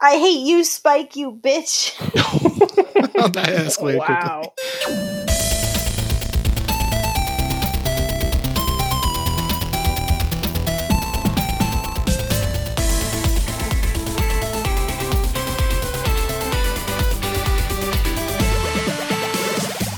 I hate you, Spike, you bitch. that escalated quickly. wow.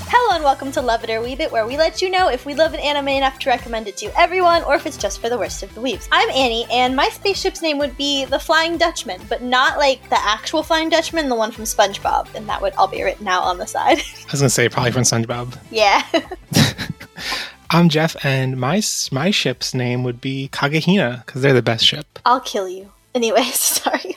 Hello and welcome to Love It or Weeb It, where we let you know if we love an anime enough to recommend it to everyone or if it's just for the worst of the weebs. I'm Annie, and my spaceship's name would be the Flying Dutchman, but not like the actual Flying Dutchman, the one from SpongeBob, and that would all be written out on the side. I was gonna say probably from SpongeBob. yeah. I'm Jeff, and my s- my ship's name would be Kagahina because they're the best ship. I'll kill you. Anyways, sorry.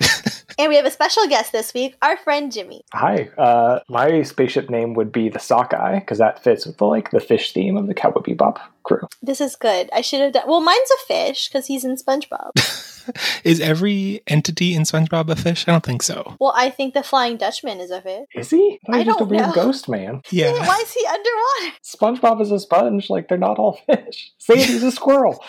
and we have a special guest this week, our friend Jimmy. Hi. Uh, my spaceship name would be the Sockeye because that fits with the like the fish theme of the Cowboy Bebop crew. This is good. I should have done. Well, mine's a fish because he's in SpongeBob. Is every entity in SpongeBob a fish? I don't think so. well, I think the Flying Dutchman is a fish. Is he? I thought he was I just a don't weird know. ghost man. Yeah, Why is he underwater? SpongeBob is a sponge. Like they're not all fish. Sadie's a squirrel.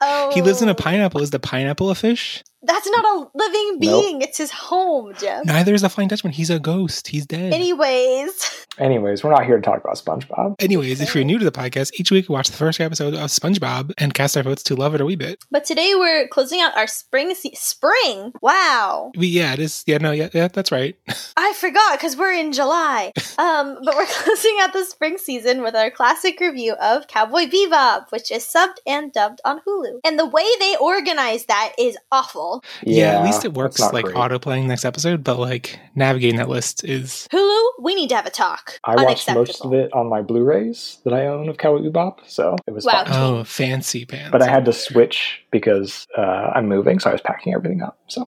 Oh, he lives in a pineapple. Is the pineapple a fish? That's not a living Nope. being. It's his home, Jeff. Neither is the Flying Dutchman. He's a ghost. He's dead. Anyways, Anyways, we're not here to talk about SpongeBob. Anyways, if you're new to the podcast, each week we watch the first episode of SpongeBob and cast our votes to love it or weeb it. but today we're closing out our spring se- spring. Wow, We yeah, it is yeah no yeah, yeah that's right. I forgot because we're in July. Um, but we're closing out the spring season with our classic review of Cowboy Bebop, which is subbed and dubbed on Hulu. And the way they organize that is awful. Yeah, at least it that's works not like great. auto playing next episode, but like navigating that list is Hulu, we need to have a talk. I watched most of it on my Blu-rays that I own of Cowboy Bebop, so it was Wow. fun. oh fancy pants. But I had to switch because uh, I'm moving, so I was packing everything up. So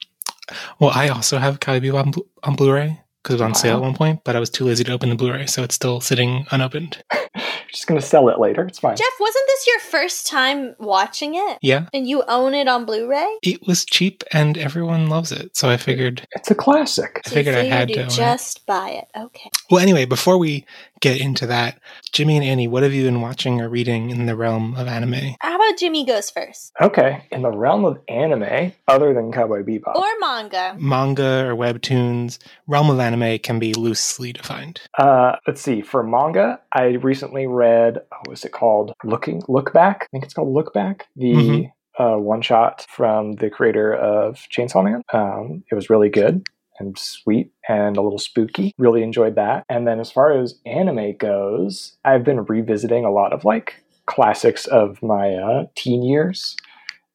well, I also have Cowboy Bebop on, Blu- on Blu-ray because it was on sale at Wow. one point, but I was too lazy to open the Blu-ray, so it's still sitting unopened. just gonna sell it later. It's fine. Jeff, wasn't this your first time watching it? Yeah, And you own it on Blu-ray? it was cheap and everyone loves it, so I figured. It's a classic. I figured I you had you to own it. just buy it. Okay. Well, anyway, before we get into that, Jimmy and Annie, what have you been watching or reading in the realm of anime? How about Jimmy goes first? Okay, in the realm of anime, other than Cowboy Oh. Bebop, Or manga. Manga or webtoons, realm of anime can be loosely defined. uh, let's see. For manga, I recently read what was it called? Looking Look Back. I think it's called Look Back. The Mhm. uh, one shot from the creator of Chainsaw Man. Um, it was really good and sweet and a little spooky. Really enjoyed that. And then as far as anime goes, I've been revisiting a lot of like classics of my uh, teen years.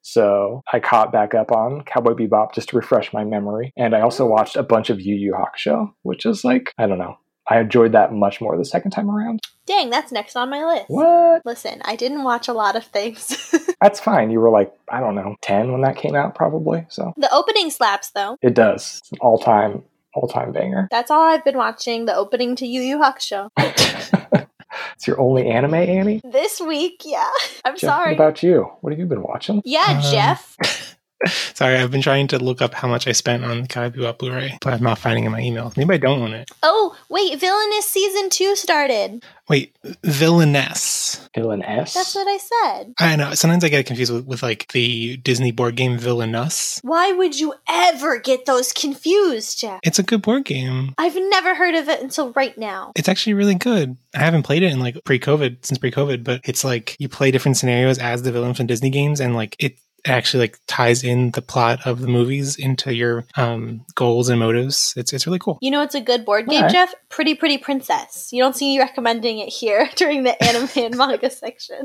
So I caught back up on Cowboy Bebop just to refresh my memory. And I also watched a bunch of Yu Yu Hakusho, which is like, I don't know. I enjoyed that much more the second time around. Dang, that's next on my list. What? Listen, I didn't watch a lot of things. That's fine. You were like, I don't know, 10 when that came out, probably. So the opening slaps, though. it does. It's an all time, all time banger. That's all I've been watching. The opening to Yu Yu Hakusho. It's your only anime, Annie? This week, yeah. I'm Jeff, sorry. What about you? What have you been watching? yeah, Um, Jeff. Sorry, I've been trying to look up how much I spent on the Cowboy Bebop Blu-ray, but I'm not finding it in my email. Maybe I don't own it. Oh, wait, Villainous Season 2 started. Wait, Villainess. Dylan S. That's what I said. I know. Sometimes I get it confused with, with like the Disney board game Villainous. Why would you ever get those confused, Jeff? It's a good board game. I've never heard of it until right now. It's actually really good. I haven't played it in like pre-COVID, since pre-COVID, but it's like you play different scenarios as the villain from Disney games, and like it actually like ties in the plot of the movies into your um goals and motives. It's it's really cool. You know it's a good board game, Alright. Jeff? Pretty Pretty Princess. You don't see me recommending it here during the anime and manga section.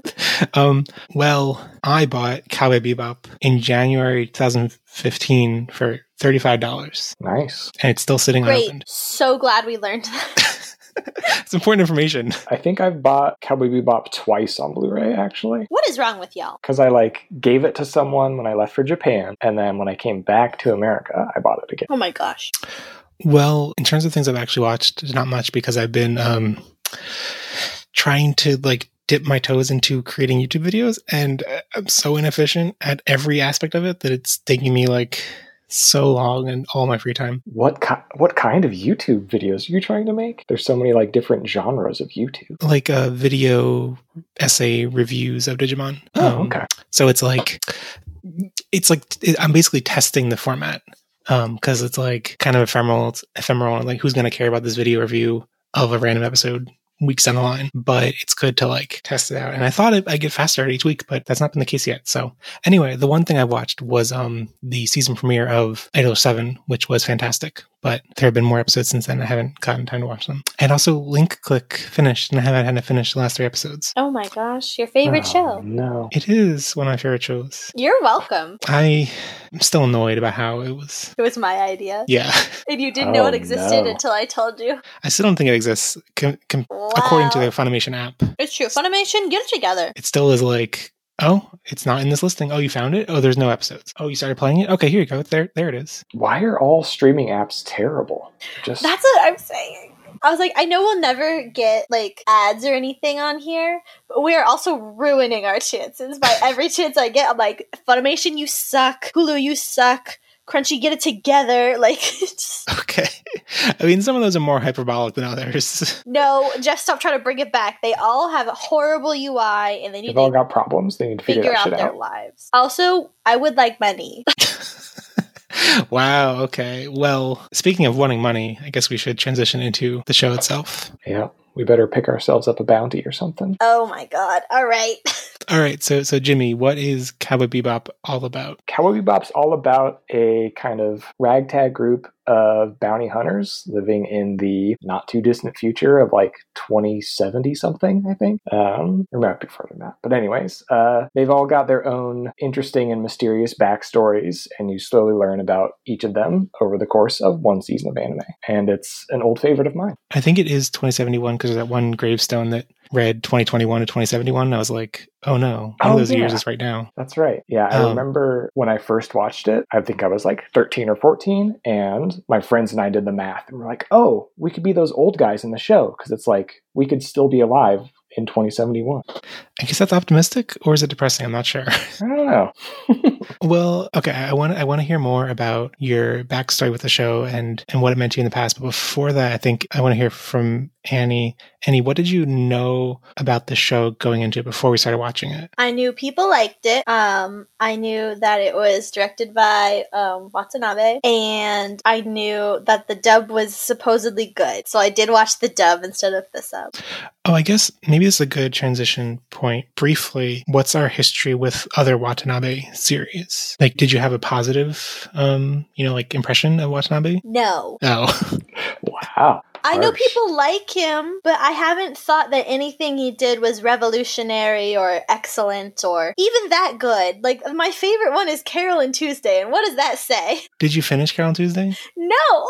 Um, well, I bought Cowboy Bebop in January 2015 for thirty-five dollars, Nice. and it's still sitting Great. unopened. So glad we learned that. It's important information. I think I've bought Cowboy Bebop twice on Blu ray, actually. What is wrong with y'all? because I like gave it to someone when I left for Japan, and then when I came back to America, I bought it again. Oh my gosh. Well, in terms of things I've actually watched, not much because I've been um, trying to like dip my toes into creating YouTube videos, and uh, I'm so inefficient at every aspect of it that it's taking me like so long and all my free time. What ki- what kind of YouTube videos are you trying to make? There's so many like different genres of YouTube. Like uh, video essay reviews of Digimon. Hmm. Oh, Um, okay. So it's like it's like it, I'm basically testing the format. because it's like kind of ephemeral. It's ephemeral, and like who's going to care about this video review of a random episode weeks down the line? But it's good to like test it out. And I thought I- I'd get faster at each week, but that's not been the case yet. So anyway, the one thing I watched was um the season premiere of Idol Seven, which was fantastic. But there have been more episodes since then. I haven't gotten time to watch them. And also Link Click finished, and I haven't had to finish the last three episodes. Oh my gosh, your favorite Oh, show. No. It is one of my favorite shows. You're welcome. I am still annoyed about how it was. It was my idea. Yeah, And you didn't know Oh, it existed no. until I told you. I still don't think it exists. Com- com- Wow. According to the Funimation app, It's true. Funimation, get it together. it still is like, oh, it's not in this listing. Oh, you found it. Oh, there's no episodes. Oh, you started playing it. Okay, here you go. There, there it is. Why are all streaming apps terrible? Just That's what I'm saying. I was like, I know we'll never get like ads or anything on here, but we are also ruining our chances by every chance I get. I'm like, Funimation, you suck. Hulu, you suck. Crunchy, get it together. Like, just, Okay. I mean, some of those are more hyperbolic than others. no, just stop trying to bring it back. They all have a horrible UI, and they need they've all to got problems. They need to figure, figure that out shit their out. lives. Also, I would like money. wow. Okay. Well, speaking of wanting money, I guess we should transition into the show itself. Yeah. We better pick ourselves up a bounty or something. oh my god! All right. All right. So, so Jimmy, what is Cowboy Bebop all about? Cowboy Bebop's all about a kind of ragtag group of bounty hunters living in the not too distant future of like 2070 something, I think. Um, or might be further than that. But, anyways, uh, they've all got their own interesting and mysterious backstories, and you slowly learn about each of them over the course of one season of anime. And it's an old favorite of mine. I think it is 2071 because there's that one gravestone that read 2021 to 2071. And I was like, oh no, one Oh, of those years yeah. is right now. That's right. Yeah, I Um, remember when I first watched it, I think I was like 13 or 14, and my friends and I did the math and we're like, oh, we could be those old guys in the show because it's like we could still be alive in 2071. I guess that's optimistic or is it depressing? I'm not sure. I don't know. well, okay, I want I want to hear more about your backstory with the show and and what it meant to you in the past. But before that, I think I want to hear from Annie. Annie, what did you know about the show going into it before we started watching it? I knew people liked it. Um, I knew that it was directed by um, Watanabe, and I knew that the dub was supposedly good. So I did watch the dub instead of the sub. Oh, I guess maybe this is a good transition point. Briefly, what's our history with other Watanabe series? Like, did you have a positive, um, you know, like impression of Watanabe? No, Oh, Wow. I know Harsh. people like him, but I haven't thought that anything he did was revolutionary or excellent or even that good. Like my favorite one is Carol and Tuesday, and what does that say? did you finish Carol on Tuesday? No.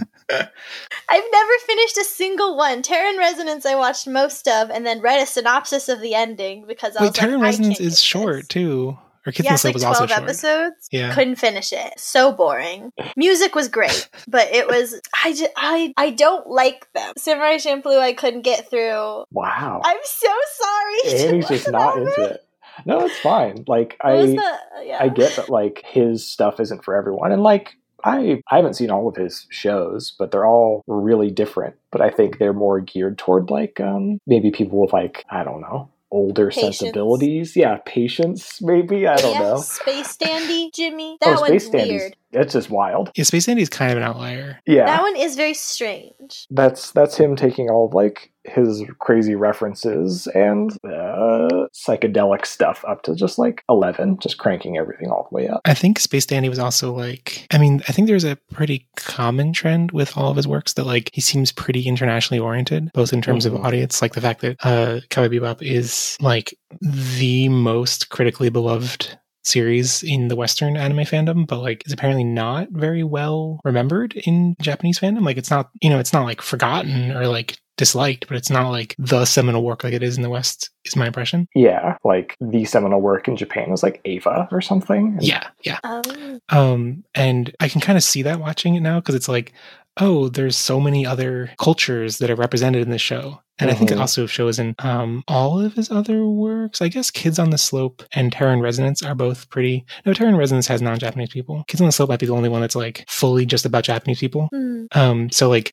I've never finished a single one. Terror and Resonance I watched most of and then read a synopsis of the ending because I Wait, was Terror like, and I Resonance can't do is this. short too, or Kids yeah, in it's Slope like is also 12 short. episodes. Yeah. Couldn't finish it. So boring. Music was great, but it was I just I I don't like them. Samurai Champloo I couldn't get through. Wow. I'm so sorry. Annie's just not into it. No, it's fine. Like, What was I. the- yeah. I get that like his stuff isn't for everyone, and like I I haven't seen all of his shows, but they're all really different. But I think they're more geared toward like um, maybe people with like I don't know older Patience. sensibilities. Yeah, patience maybe. I don't Yeah, know. Oh, Space Dandy, Jimmy. That one's Dandy's- weird. That's just wild. Yeah, Space Dandy is kind of an outlier. Yeah, That one is very strange. that's that's him taking all of like his crazy references and uh, psychedelic stuff up to just like eleven, just cranking everything all the way up. I think Space Dandy was also like, I mean, I think there's a pretty common trend with all of his works that like he seems pretty internationally oriented, both in terms Mhm. of audience, like the fact that uh, Cowboy Bebop is like the most critically beloved series in the Western anime fandom, but like is apparently not very well remembered in Japanese fandom. Like it's not, you know, it's not like forgotten or like disliked, but it's not like the seminal work like it is in the West, is my impression. Yeah, like the seminal work in Japan was like Ava or something. And Yeah, yeah. Um, um and i can kind of see that watching it now because it's like oh there's so many other cultures that are represented in this show and i think it Mhm. also shows in um all of his other works i guess kids on the slope and terror and resonance are both pretty no terror and resonance has non-japanese people kids on the slope might be the only one that's like fully just about japanese people hmm. um so like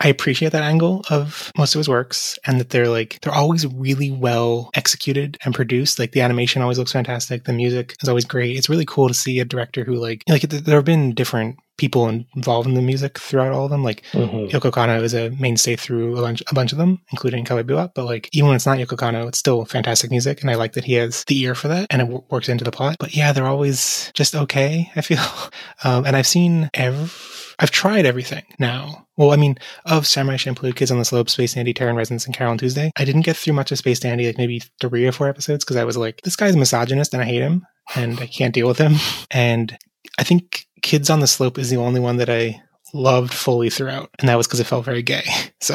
I appreciate that angle of most of his works and that they're like, they're always really well executed and produced. Like the animation always looks fantastic. The music is always great. It's really cool to see a director who like, like th- there have been different people involved in the music throughout all of them. Like Mhm. Yoko Kano is a mainstay through a bunch, a bunch of them, including Cowboy Bebop. But like, even when it's not Yoko Kano, it's still fantastic music. And I like that he has the ear for that and it w- works into the plot. But yeah, they're always just okay, I feel. Um, and I've seen ev- I've tried everything now. Well, I mean, of Samurai Champloo, Kids on the Slope, Space Dandy, Terror and Resonance, and Carol on Tuesday, I didn't get through much of Space Dandy, like maybe three or four episodes, because I was like, this guy's a misogynist and I hate him and I can't deal with him. And I think Kids on the Slope is the only one that I loved fully throughout, and that was because it felt very gay. So,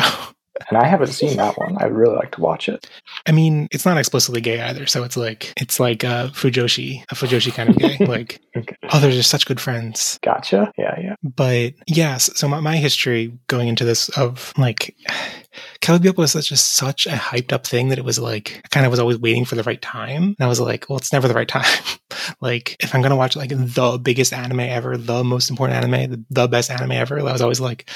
And I haven't seen that one. I'd really like to watch it. I mean, it's not explicitly gay either. So it's like it's like a Fujoshi, a Fujoshi kind of gay. like, Okay. oh, they're just such good friends. Gotcha. Yeah, yeah. But yes, so my, my history going into this of like Cowboy Bebop was such a, such a hyped up thing that it was like I kind of was always waiting for the right time, and I was like, well, it's never the right time. like if I'm gonna watch like the biggest anime ever, the most important anime, the, the best anime ever, I was always like,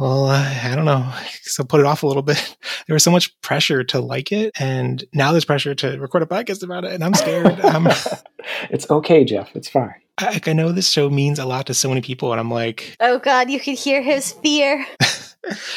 well, uh, I, I don't know, so put it off a little bit. There was so much pressure to like it, and now there's pressure to record a podcast about it, and I'm scared. um. I'm, it's okay, Jeff. It's fine. I, I know this show means a lot to so many people, and I'm like. Oh god, you could hear his fear.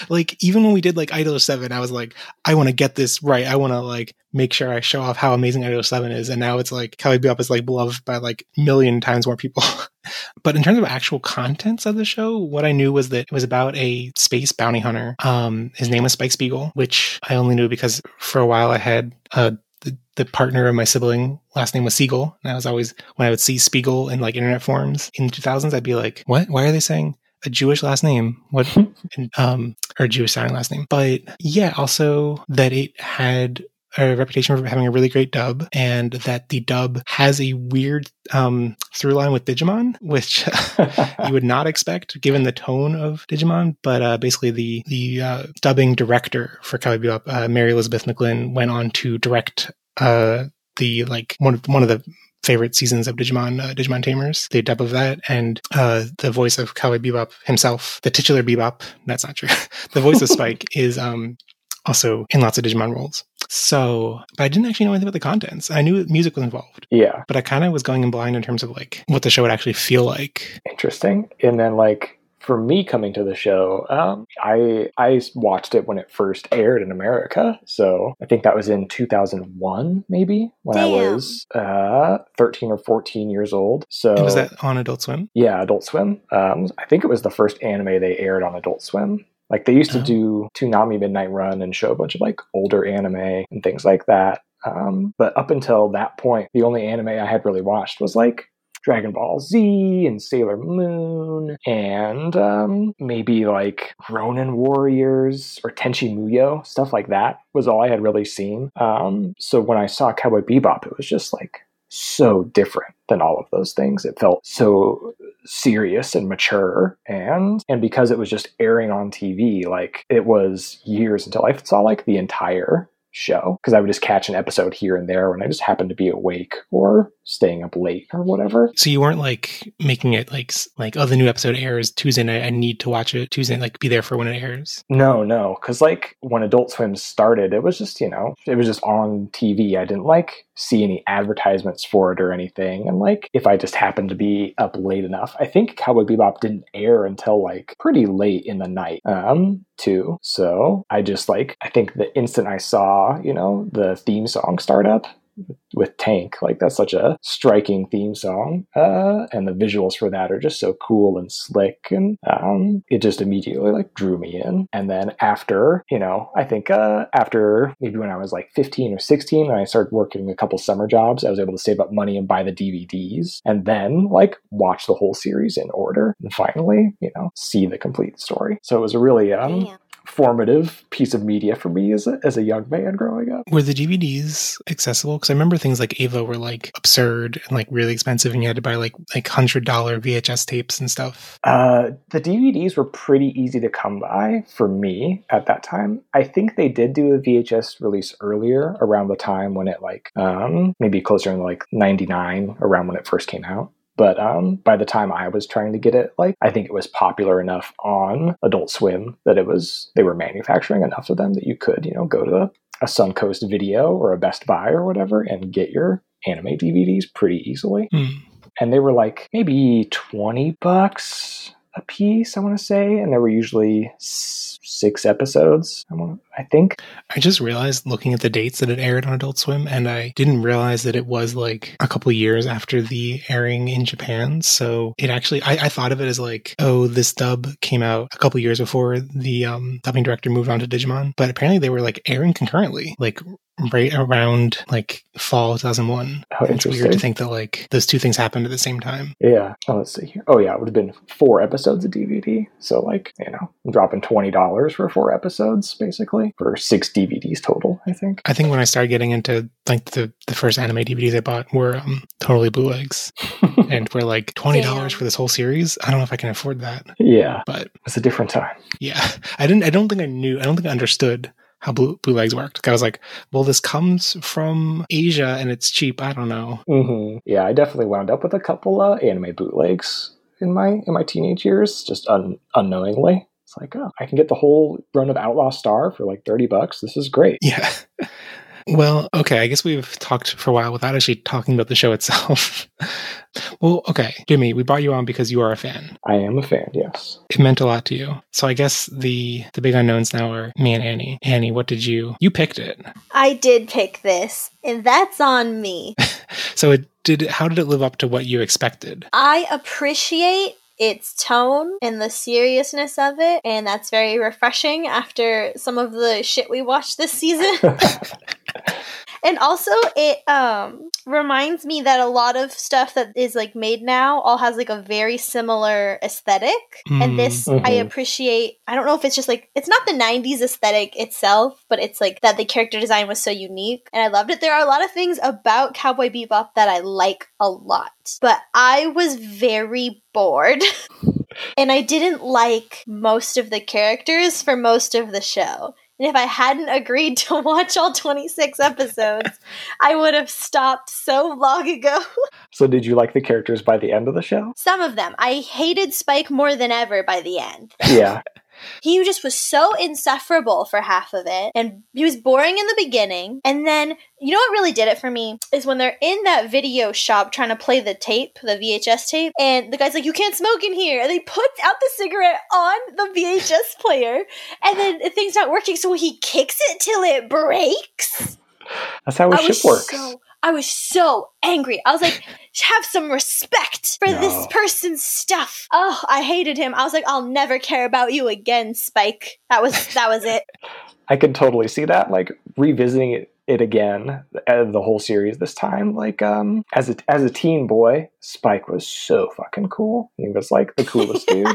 like even when we did like Idol 7 I was like I want to get this right I want to like make sure I show off how amazing Idol 7 is and now it's like Cali Bebop is like beloved by like million times more people but in terms of actual contents of the show what I knew was that it was about a space bounty hunter um his name was Spike Spiegel which I only knew because for a while I had uh the, the partner of my sibling last name was Siegel and I was always when I would see Spiegel in like internet forums in the 2000s I'd be like what why are they saying a Jewish last name what and um or Jewish sounding last name. But yeah, also that it had a reputation for having a really great dub and that the dub has a weird um through line with Digimon, which you would not expect given the tone of Digimon. But uh, basically, the the uh, dubbing director for Cowboy Bebop, uh, Mary Elizabeth McGlynn, went on to direct uh, the like one of one of the favorite seasons of Digimon, uh, Digimon Tamers, the dub of that, and uh, the voice of Cowboy Bebop himself, the titular Bebop. That's not true. the voice of Spike is um also in lots of Digimon roles. So, but I didn't actually know anything about the contents. I knew music was involved, yeah. but I kind of was going in blind in terms of like what the show would actually feel like. Interesting. And then like for me coming to the show, um, I I watched it when it first aired in America. So I think that was in 2001, maybe when I Damn. was uh, 13 or 14 years old. So And was that on Adult Swim? Yeah, Adult Swim. Um, I think it was the first anime they aired on Adult Swim. Like they used to Oh. do Toonami Midnight Run and show a bunch of like older anime and things like that. Um, but up until that point, the only anime I had really watched was like Dragon Ball Z and Sailor Moon and um, maybe like Ronin Warriors or Tenchi Muyo, stuff like that was all I had really seen. Um, so when I saw Cowboy Bebop, it was just like so different than all of those things. It felt so serious and mature and and because it was just airing on TV, like it was years until I saw like the entire show because I would just catch an episode here and there when I just happened to be awake or staying up late or whatever. So you weren't like making it like s- like oh the new episode airs Tuesday night I need to watch it Tuesday like be there for when it airs. No, no, because like when Adult Swim started, it was just you know it was just on TV. I didn't like see any advertisements for it or anything. And like if I just happened to be up late enough, I think Cowboy Bebop didn't air until like pretty late in the night, um, too. So I just like I think the instant I saw you know the theme song start up, with Tank. Like that's such a striking theme song, uh, and the visuals for that are just so cool and slick, and um, it just immediately like drew me in. And then after, you know, I think uh, after maybe when I was like 15 or 16, and I started working a couple summer jobs, I was able to save up money and buy the DVDs, and then like watch the whole series in order, and finally, you know, see the complete story. So it was a really um, Damn. formative piece of media for me as a, as a young man growing up. Were the DVDs accessible? Because I remember things like Ava were like absurd and like really expensive, and you had to buy like like hundred dollar VHS tapes and stuff. Uh, the DVDs were pretty easy to come by for me at that time. I think they did do a VHS release earlier around the time when it like um maybe closer in like 99 around when it first came out. But um, by the time I was trying to get it, like I think it was popular enough on Adult Swim that it was they were manufacturing enough of them that you could, you know, go to a Suncoast Video or a Best Buy or whatever and get your anime DVDs pretty easily. Mm. And they were like maybe twenty bucks a piece, I want to say, and there were usually s- six episodes. I want, I think. I just realized looking at the dates that it aired on Adult Swim, and I didn't realize that it was like a couple years after the airing in Japan. So it actually, I, I thought of it as like, oh, this dub came out a couple years before the um, dubbing director moved on to Digimon, but apparently they were like airing concurrently, like right around like fall 2001. Oh, it's weird to interesting. think that like those two things happened at the same time. Yeah. Oh, let's see here. Oh, yeah. It would have been four episodes of DVD. So, like, you know, I'm dropping twenty dollars for four episodes, basically, for six DVDs total. I think. I think when I started getting into like the, the first anime DVDs I bought were um, totally bootlegs and were like $20 Damn. for this whole series. I don't know if I can afford that. yeah, But it's a different time. yeah, I didn't, I don't think I knew, I don't think I understood how blue, bootlegs worked. I was like, well, this comes from Asia and it's cheap. I don't know. hmm Yeah, I definitely wound up with a couple uh, anime bootlegs in my in my teenage years, just un- unknowingly. It's like, oh, I can get the whole run of Outlaw Star for like thirty bucks. This is great. Yeah. Well, okay. I guess we've talked for a while without actually talking about the show itself. well, okay. Jimmy, we brought you on because you are a fan. I am a fan. Yes. it meant a lot to you. So I guess the the big unknowns now are me and Annie. Annie, what did you you picked it? I did pick this, and that's on me. So it did. How did it live up to what you expected? I appreciate its tone and the seriousness of it, and that's very refreshing after some of the shit we watched this season. and also, it um, reminds me that a lot of stuff that is like made now all has like a very similar aesthetic. Mm, And this, I mhm. appreciate. I don't know if it's just like it's not the '90s aesthetic itself, but it's like that the character design was so unique, and I loved it. There are a lot of things about Cowboy Bebop that I like a lot, but I was very bored. and I didn't like most of the characters for most of the show. And if I hadn't agreed to watch all 26 episodes, I would have stopped so long ago. So, did you like the characters by the end of the show? Some of them. I hated Spike more than ever by the end. Yeah. He just was so insufferable for half of it, and he was boring in the beginning. And then, you know what really did it for me is when they're in that video shop trying to play the tape, the VHS tape, and the guy's like, "You can't smoke in here," and they put out the cigarette on the VHS player, and then the thing's not working, so he kicks it till it breaks. That's how a I was ship works. so I was so angry. I was like, have some respect for this No. person's stuff. Oh, I hated him. I was like, I'll never care about you again, Spike. That was that was it. I can totally see that. Like revisiting it, it again, uh, the whole series this time. Like um, as a as a teen boy, Spike was so fucking cool. He was like the coolest dude.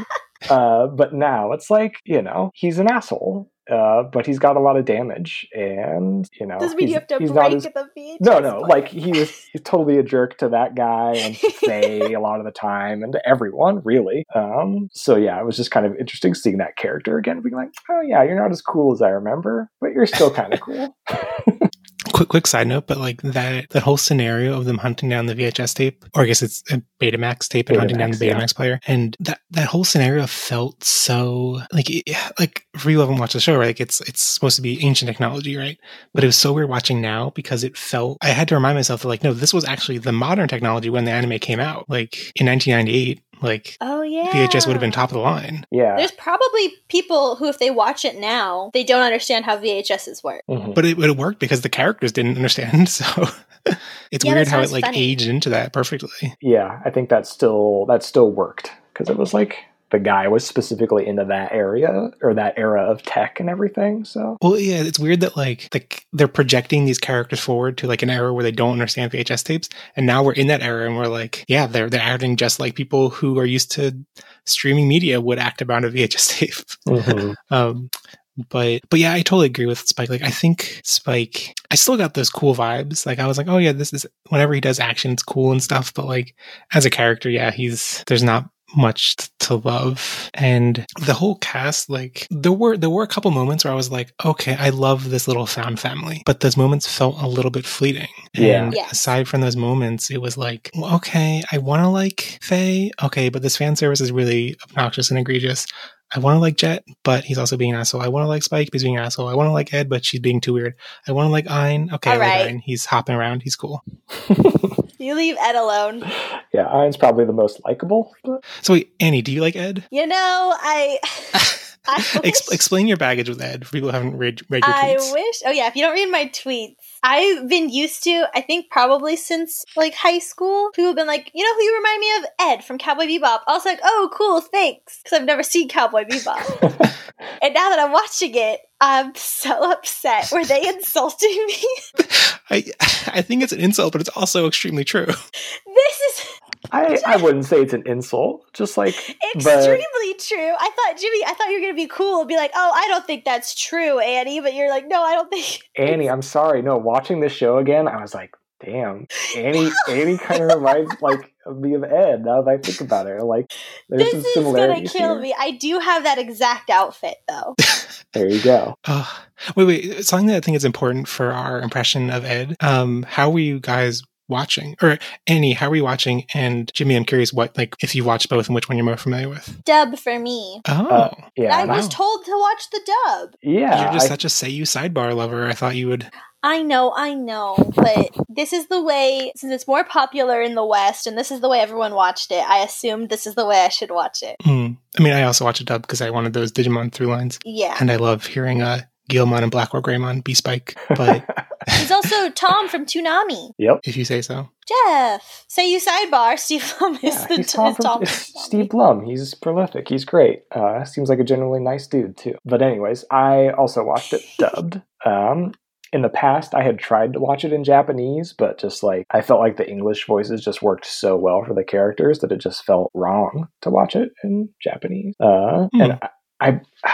Uh, but now it's like you know he's an asshole. Uh, but he's got a lot of damage, and you know Does mean you he's- have to he's break not as the VHS? no, no. player? Like he was he's totally a jerk to that guy and to Faye a lot of the time, and to everyone really. Um, so yeah, it was just kind of interesting seeing that character again, being like, oh yeah, you're not as cool as I remember, but you're still kind of cool. quick quick side note, but like that that whole scenario of them hunting down the VHS tape, or I guess it's a Betamax tape and hunting down the Betamax, yeah. Betamax player, and that that whole scenario felt so like it- like for you who haven't watched the show, right? Like it's it's supposed to be ancient technology, right? But it was so weird watching now because it felt I had to remind myself that like no, this was actually the modern technology when the anime came out, like in 1998, like. Oh yeah. VHS would have been top of the line. yeah. There's probably people who, if they watch it now, they don't understand how VHSs work. Mhm. but it, it worked because the characters didn't understand. So it's Yeah, weird that's how not it as like funny. aged into that perfectly. Yeah, I think that still that still worked because it was like the guy was specifically into that area or that era of tech and everything. So Well, yeah, it's weird that like the, they're projecting these characters forward to like an era where they don't understand VHS tapes, and now we're in that era and we're like, yeah, they're they're acting just like people who are used to streaming media would act about a VHS tape. Mhm. Um, But but yeah, I totally agree with Spike. Like I think Spike I still got those cool vibes. Like I was like, oh yeah, this is whenever he does action, it's cool and stuff. But like as a character, yeah, he's there's not much t- to love and the whole cast like there were there were a couple moments where i was like okay i love this little found family but those moments felt a little bit fleeting Yeah. and Yes. aside from those moments it was like well, okay i want to like faye okay but this fan service is really obnoxious and egregious I want to like Jet, but he's also being an asshole. I want to like Spike, but he's being an asshole. I want to like Ed, but she's being too weird. I want to like Ein. Okay, I All like right. Ein. He's hopping around. He's cool. You leave Ed alone. Yeah, Iron's probably the most likable. but- So wait, Annie, do you like Ed? You know, I. I Ex- wish- explain your baggage with Ed. for People who haven't read read your I tweets. wish. Oh yeah, if you don't read my tweets, I've been used to. I think probably since like high school, people have been like, you know, who you remind me of? Ed from Cowboy Bebop. I was like, oh, cool, thanks, because I've never seen Cowboy Bebop. and now that I'm watching it, I'm so upset. Were they insulting me? I I think it's an insult, but it's also extremely true. this is I, I wouldn't say it's an insult. Just like extremely true. I thought Jimmy, I thought you were gonna be cool and be like, oh, I don't think that's true, Annie. But you're like, no, I don't think. Annie, I'm sorry. No, watching this show again, I was like, damn, Annie. Annie kind of reminds like of me of Ed. Now that I think about it, like there's This some is gonna similarities. kill here. me. I do have that exact outfit though. There you go. Uh, wait, wait. Something that I think is important for our impression of Ed. Um, how were you guys watching? Or Annie, how were you watching? And Jimmy, I'm curious what like if you watched both and which one you're more familiar with. Dub for me. Oh, Uh, Yeah, I and I- wow. was told to watch the dub. yeah. you're just I- such a say you sidebar lover. I thought you would. I know, I know, but this is the way, since it's more popular in the West and this is the way everyone watched it, I assumed this is the way I should watch it. Hmm. I mean, I also watched a dub because I wanted those Digimon through lines, Yeah. and I love hearing uh, Gilmon and Black or Greymon be Spike. But He's also Tom from Toonami. yep. if you say so, Jeff, say you sidebar, Steve Lum is Yeah, the he's Tom is from- Tom it's from Steve Toonami. Blum. He's prolific. He's great. Uh, seems like a generally nice dude too. But anyways, I also watched it dubbed. Um, in the past, I had tried to watch it in Japanese, but just like I felt like the English voices just worked so well for the characters that it just felt wrong to watch it in Japanese. Uh, Hmm. And I, I,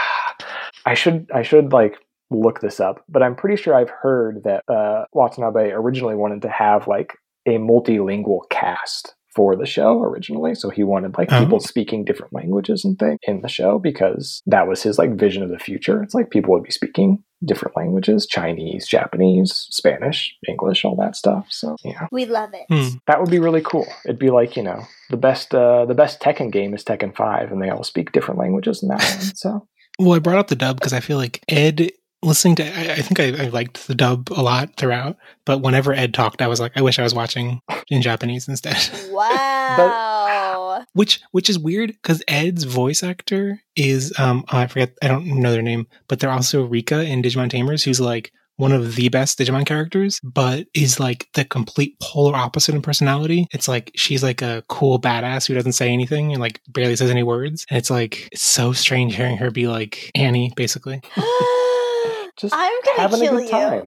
I should I should like look this up, but I'm pretty sure I've heard that uh, Watanabe originally wanted to have like a multilingual cast for the show originally. So he wanted like Oh. people speaking different languages and things in the show because that was his like vision of the future. It's like people would be speaking different languages, Chinese, Japanese, Spanish, English, all that stuff. So yeah. We love it. Hmm. That would be really cool. It'd be like, you know, the best uh the best Tekken game is Tekken five and they all speak different languages in that one. So Well, I brought up the dub because I feel like Ed listening to I, I think I, I liked the dub a lot throughout, but whenever Ed talked, I was like, I wish I was watching in Japanese instead. Wow. which which is weird because Ed's voice actor is um oh, I forget I don't know their name, but they're also Rika in Digimon Tamers, who's like one of the best Digimon characters, but is like the complete polar opposite in personality. It's like she's like a cool badass who doesn't say anything and like barely says any words. And it's like it's so strange hearing her be like Annie, basically. just I'm going to having kill a good you. time.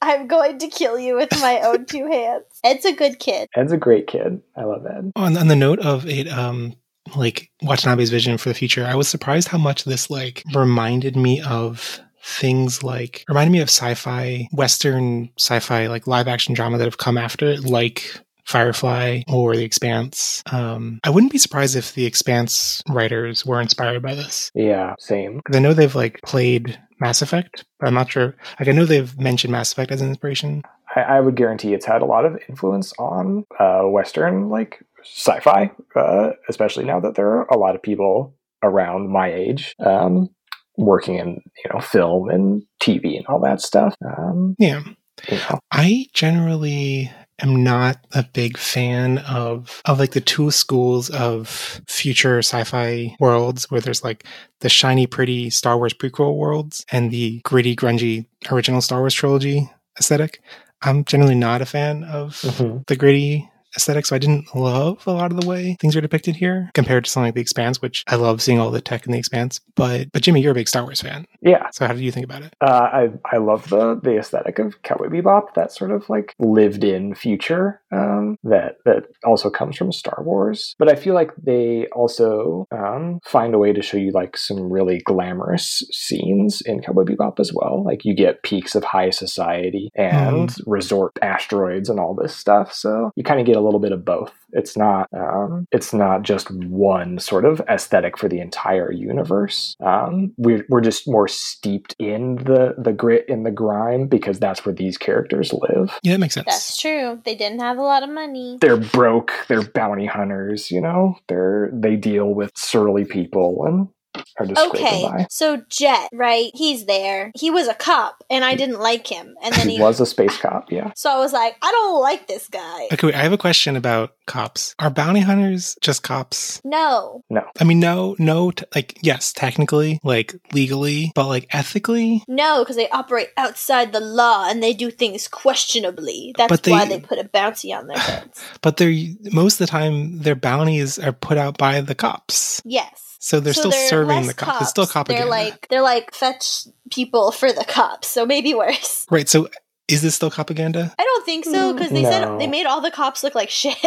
I'm going to kill you with my own two hands. Ed's a good kid. Ed's a great kid. I love Ed. on, on the note of it um like watanabe's vision for the future i was surprised how much this like reminded me of things like reminded me of sci-fi western sci-fi like live action drama that have come after it like firefly or the expanse um i wouldn't be surprised if the expanse writers were inspired by this Yeah, same. 'Cause i know they've like played mass effect but i'm not sure like i know they've mentioned mass effect as an inspiration I, I would guarantee it's had a lot of influence on uh, Western like sci-fi, uh, especially now that there are a lot of people around my age um, working in you know film and TV and all that stuff. Um, yeah you know, I generally am not a big fan of of like the two schools of future sci-fi worlds where there's like the shiny pretty Star Wars prequel worlds and the gritty grungy Mm-hmm. original Star Wars trilogy aesthetic. I'm generally not a fan of the gritty aesthetic, so I didn't love a lot of the way things are depicted here compared to something like The Expanse, which I love seeing all the tech in The Expanse. But but Jimmy, you're a big Star Wars fan, Yeah, so how do you think about it? uh, I I love the the aesthetic of Cowboy Bebop, that sort of like lived in future um, that that also comes from Star Wars. But I feel like they also um, find a way to show you like some really glamorous scenes in Cowboy Bebop as well. Like you get peaks of high society and resort asteroids and all this stuff. So you kind of get a little bit of both. It's not um, it's not just one sort of aesthetic for the entire universe. Um, we're we're just more steeped in the the grit and the grime because that's where these characters live. Yeah, that makes sense. That's true. They didn't have a lot of money. They're broke. They're bounty hunters. You know, they're they deal with surly people and are just scraping Okay, by. so Jet, right? He's there. He was a cop, and I didn't like him. And then He he. was a space cop. Yeah, So I was like, I don't like this guy. Okay, wait, I have a question about cops. Are bounty hunters just cops? No, I mean, no, no, t- like, yes, technically, like, legally, but like, ethically? no, because they operate outside the law and they do things questionably. That's But they- why they put a bounty on their heads. But they're most of the time, their bounties are put out by the cops. yes. So they're So still they're serving less the cops. It's still They're propaganda. like they're like fetch people for the cops, so maybe worse. right. So is this still propaganda? I don't think so because they No. said they made all the cops look like shit,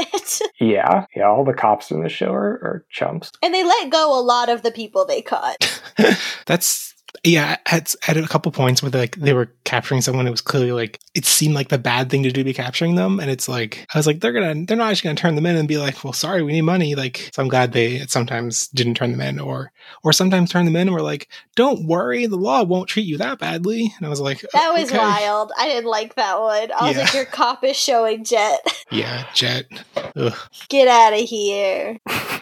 yeah, yeah. All the cops in the show are, are chumps. and they let go a lot of the people they caught. That's. Yeah, at, at a couple points where like they were capturing someone, it was clearly like it seemed like the bad thing to do to be capturing them, and it's like I was like they're gonna they're not actually gonna turn them in and be like, well, sorry, we need money. Like, so I'm glad they sometimes didn't turn them in, or or sometimes turn them in and were like, don't worry, the law won't treat you that badly. And I was like, That was okay. wild. I didn't like that one. I was Yeah. like, your cop is showing Jet. Yeah, Jet. Ugh. Get out of here.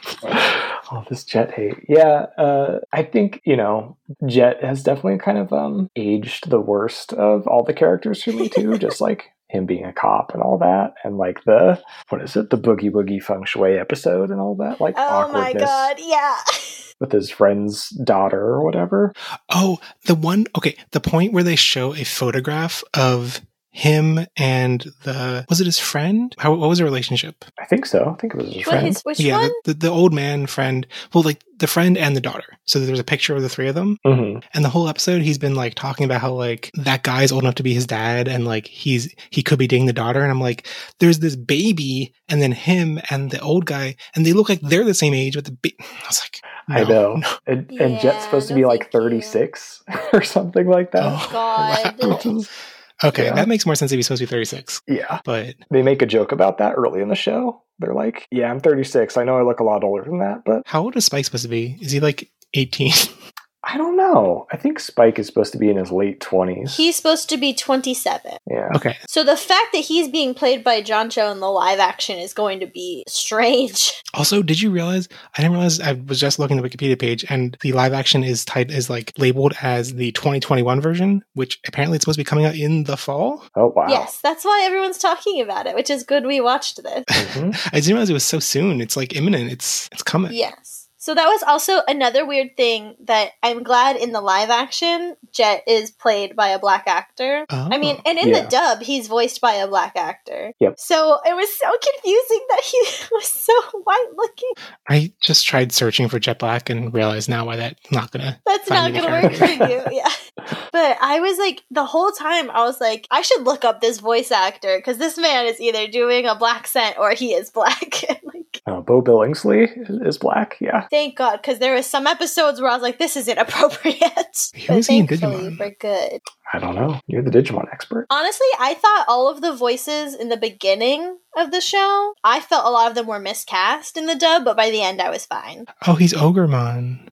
All Oh, this Jet hate. Yeah, uh, I think, you know, Jet has definitely kind of um, aged the worst of all the characters for me, too. just like him being a cop and all that. And like the, what is it, the Boogie Woogie Feng Shui episode and all that. Like Oh my awkwardness god. Yeah. with his friend's daughter or whatever. Oh, the one. Okay, the point where they show a photograph of him and the was it his friend? How what was their relationship? I think so. I think it was his What, friend. his, which yeah, one? The, the the old man friend. Well, like the friend and the daughter. So there was a picture of the three of them, hmm and the whole episode he's been like talking about how like that guy's old enough to be his dad, and like he's he could be dating the daughter, and I'm like, there's this baby, and then him and the old guy, and they look like they're the same age, but the ba- I was like, I no, know. And, and Yeah, Jet's supposed to no be like thank you. 36 or something like that. Oh, God. wow. Okay, Yeah. that makes more sense if he's supposed to be 36. Yeah. But they make a joke about that early in the show. They're like, "Yeah, I'm 36. I know I look a lot older than that, but how old is Spike supposed to be? Is he like 18? I don't know. I think Spike is supposed to be in his late 20s." He's supposed to be 27. yeah. okay. So the fact that he's being played by John Cho in the live action is going to be strange. Also, did you realize I didn't realize I was just looking at the Wikipedia page and the live action is tied is like labeled as the 2021 version, which apparently it's supposed to be coming out in the fall. Oh wow. Yes, that's why everyone's talking about it, which is good we watched this. Mhm. I didn't realize it was so soon. It's like imminent. It's it's coming. Yes. So that was also another weird thing that I'm glad in the live action, Jet is played by a black actor. Oh. I mean, and in Yeah. the dub, he's voiced by a black actor. Yep. So it was so confusing that he was so white looking. I just tried searching for Jet Black and realized now why that's not gonna. That's not Finding a gonna work for character. you. Yeah. But I was like, the whole time, I was like, I should look up this voice actor because this man is either doing a black scent or he is black. like, Uh, Bo Billingsley is black. Yeah. thank God, because there was some episodes where I was like, this is inappropriate. Who But is he in thankfully, Digimon? we're good. I don't know. You're the Digimon expert. Honestly, I thought all of the voices in the beginning of the show, I felt a lot of them were miscast in the dub, but by the end, I was fine. Oh, he's Ogremon.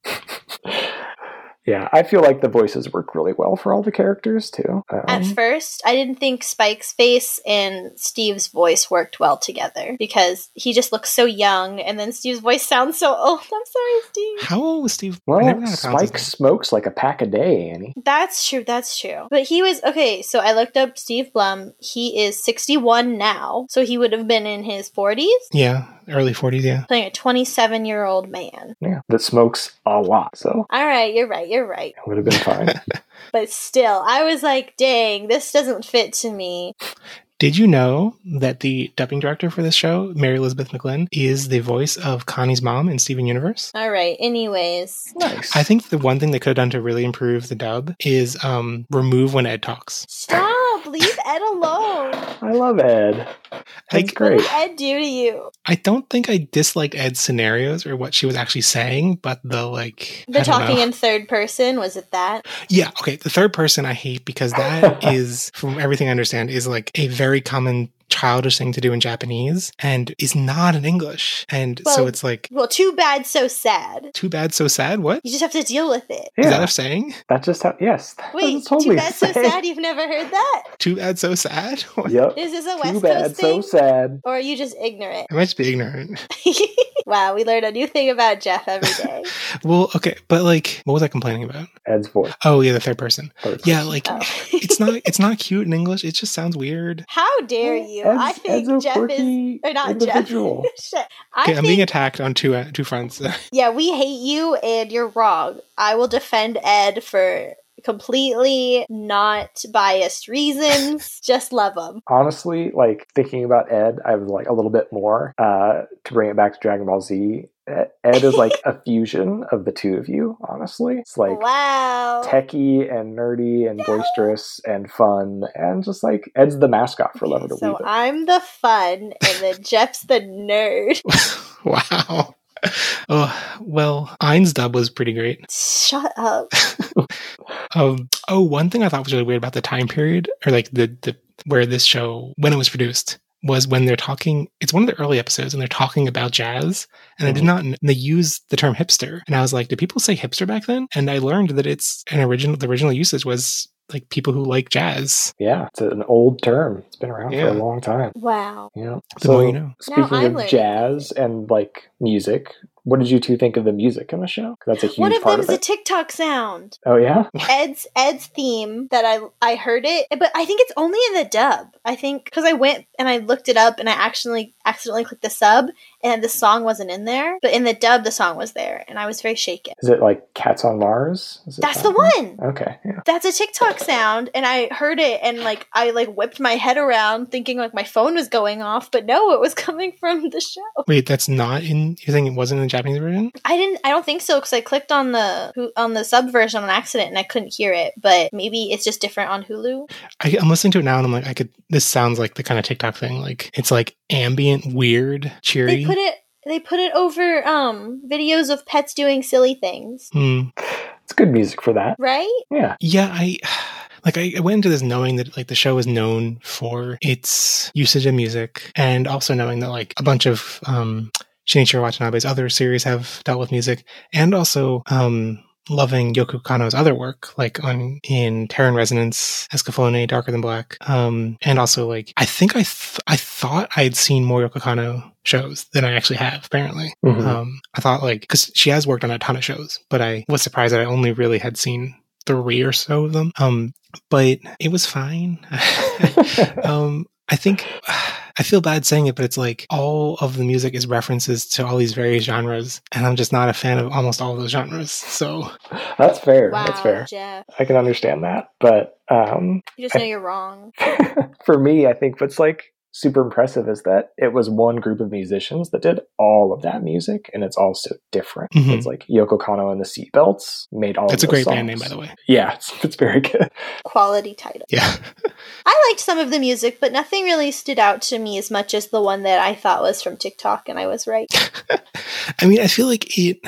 Yeah, I feel like the voices work really well for all the characters too. At Um, first, I didn't think Spike's face and Steve's voice worked well together because he just looks so young, and then Steve's voice sounds so old. I'm sorry, Steve. How old was Steve? I never well, know how to pronounce his Spike name. smokes like a pack a day, Annie. That's true, that's true. But he was okay, so I looked up Steve Blum. He is 61 now, so he would have been in his 40s, Yeah, early 40s. Yeah. playing a 27 year old man. Yeah, that smokes a lot, so All right, you're right, you're right. it would have been fine. But still, I was like, dang, this doesn't fit to me. Did you know that the dubbing director for this show, Mary Elizabeth McGlynn, is the voice of Connie's mom in Steven Universe? All right. Anyways, Nice. I think the one thing they could have done to really improve the dub is um, remove when Ed talks. stop. Leave Ed alone. I love Ed. That's Like, What great. did Ed do to you? I don't think I disliked Ed's scenarios or what she was actually saying, but the like The I don't know. talking in third person. Was it that? Yeah, okay. The third person I hate because that is, from everything I understand, is like a very common childish thing to do in Japanese and is not in English. And so Well- it's like, Well, too bad, so sad. too bad, so sad. What? You just have to deal with it. Is Yeah, that a saying? that's just how. Yes. that's Wait, totally too bad, so insane. sad. You've never heard that? Too bad, so sad? What? Yep. Is this a Too West bad. Coast So thing? sad. or are you just ignorant? I might just be ignorant. wow, we learn a new thing about Jeff every day. Well, okay, but like, what was I complaining about? Ed's voice. Oh, yeah, the third person. Perfect. Yeah, like, Oh. it's not, it's not cute in English. It just sounds weird. How dare you? Ed's- I think Ed's a Jeff is quirky or not Jeff. individual. Shit. I Okay, I'm think being attacked on two uh, two fronts. yeah, we hate you and you're wrong. I will defend Ed for completely not biased reasons. Just love him. honestly, like thinking about Ed, I was like a little bit more uh, to bring it back to Dragon Ball Z. Ed Ed is like a fusion of the two of you. Honestly, it's like wow. techie and nerdy and boisterous and fun and just like Ed's the mascot for Love It or so Leave It. I'm the fun and then Jeff's the nerd. wow. Oh, well, Ein's dub was pretty great. Shut up. Um, oh, one thing I thought was really weird about the time period, or like the, the where this show when it was produced, was when they're talking. It's one of the early episodes, and they're talking about jazz, and I did Mm-hmm. not. Mhm. kn- They use the term hipster, and I was like, did people say hipster back then? And I learned that it's an original. The original usage was like people who like jazz. Yeah, it's an old term. It's been around Yeah. for a long time. Wow. Yeah. The more you know. Now Speaking I'm of learning jazz and like music, what did you two think of the music in the show? 'Cause That's a huge One of part them's of a it. TikTok sound. oh yeah, Ed's Ed's theme that I I heard it, but I think it's only in the dub. I think because I went and I looked it up and I accidentally accidentally clicked the sub and the song wasn't in there, but in the dub the song was there and I was very shaken. is it like Cats on Mars? Is it That's that the one. Okay, yeah. That's a TikTok sound and I heard it and like I like whipped my head around thinking like my phone was going off, but no, it was coming from the show. Wait, that's not in. You're saying it wasn't in the Japanese version? I didn't I don't think so cuz I clicked on the who on the sub version on accident and I couldn't hear it, but maybe it's just different on Hulu. I, I'm listening to it now, and I'm like, I could. This sounds like the kind of TikTok thing. Like it's like ambient, weird, cheery. They put it. They put it over um videos of pets doing silly things, Hmm. It's good music for that. right? Yeah. yeah i like I, I went into this knowing that like the show is known for its usage of music and also knowing that like a bunch of um shinichiro watanabe's other series have dealt with music and also um loving Yoko Kano's other work, like on in Terran Resonance, Escaflowne, Darker Than Black, um, and also like I think I th- I thought I had seen more Yoko Kano shows than I actually have. Apparently, Mhm. um, I thought like because she has worked on a ton of shows, but I was surprised that I only really had seen three or so of them. Um, but it was fine. um, I think I feel bad saying it, but it's like all of the music is references to all these various genres, and I'm just not a fan of almost all of those genres. So That's fair. Wow, That's fair. Jeff, I can understand that. But um, you just know you're wrong. for me, I think what's like super impressive is that it was one group of musicians that did all of that music, and it's all so different. Mhm. It's like Yoko Kano and the Seatbelts made all. that's a of great those band name, by songs. the way. Yeah, it's, it's very good. Quality title. Yeah, I liked some of the music, but nothing really stood out to me as much as the one that I thought was from TikTok, and I was right. I mean, I feel like it,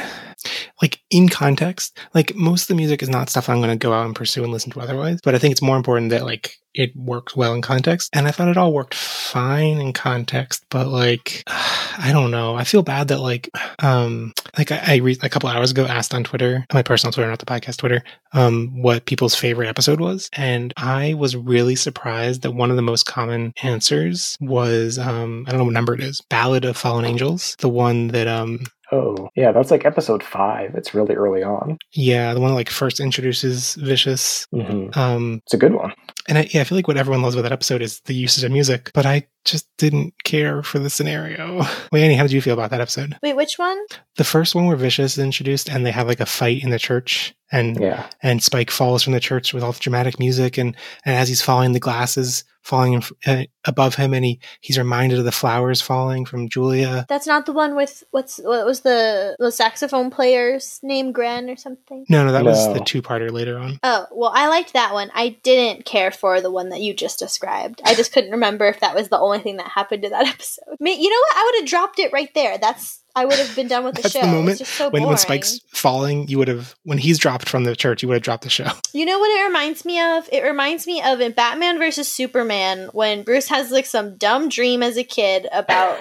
like in context, like most of the music is not stuff I'm going to go out and pursue and listen to otherwise. But I think it's more important that like it works well in context, and I thought it all worked fine in context. But like, I don't know. I feel bad that like, um, like I, I re- a couple hours ago asked on Twitter, my personal Twitter, not the podcast Twitter, um, what people's favorite episode was, and I was really surprised that one of the most common answers was, um, I don't know what number it is, Ballad of Fallen Angels, the one that um Oh, yeah, that's like episode five. It's really early on. yeah, the one that like first introduces Vicious. hmm Um, It's a good one. and I, yeah, I feel like what everyone loves about that episode is the usage of music, but I just didn't care for the scenario. Wait, Annie, how did you feel about that episode? Wait, which one? The first one where Vicious is introduced and they have like a fight in the church and Yeah, and Spike falls from the church with all the dramatic music and and as he's falling the glasses falling in, fr- uh, above him, and he he's reminded of the flowers falling from Julia. That's not the one with what's what was the the saxophone player's name, Gran or something. No, no, that was the No. two-parter later on. Oh well, I liked that one. I didn't care for the one that you just described. I just couldn't remember if that was the only thing that happened to that episode. Ma- You know what? I would have dropped it right there. That's I would have been done with the That's show. the moment it's just so When boring. when Spike's falling, you would have when he's dropped from the church, you would have dropped the show. You know what it reminds me of? It reminds me of in Batman versus Superman when Bruce has like some dumb dream as a kid about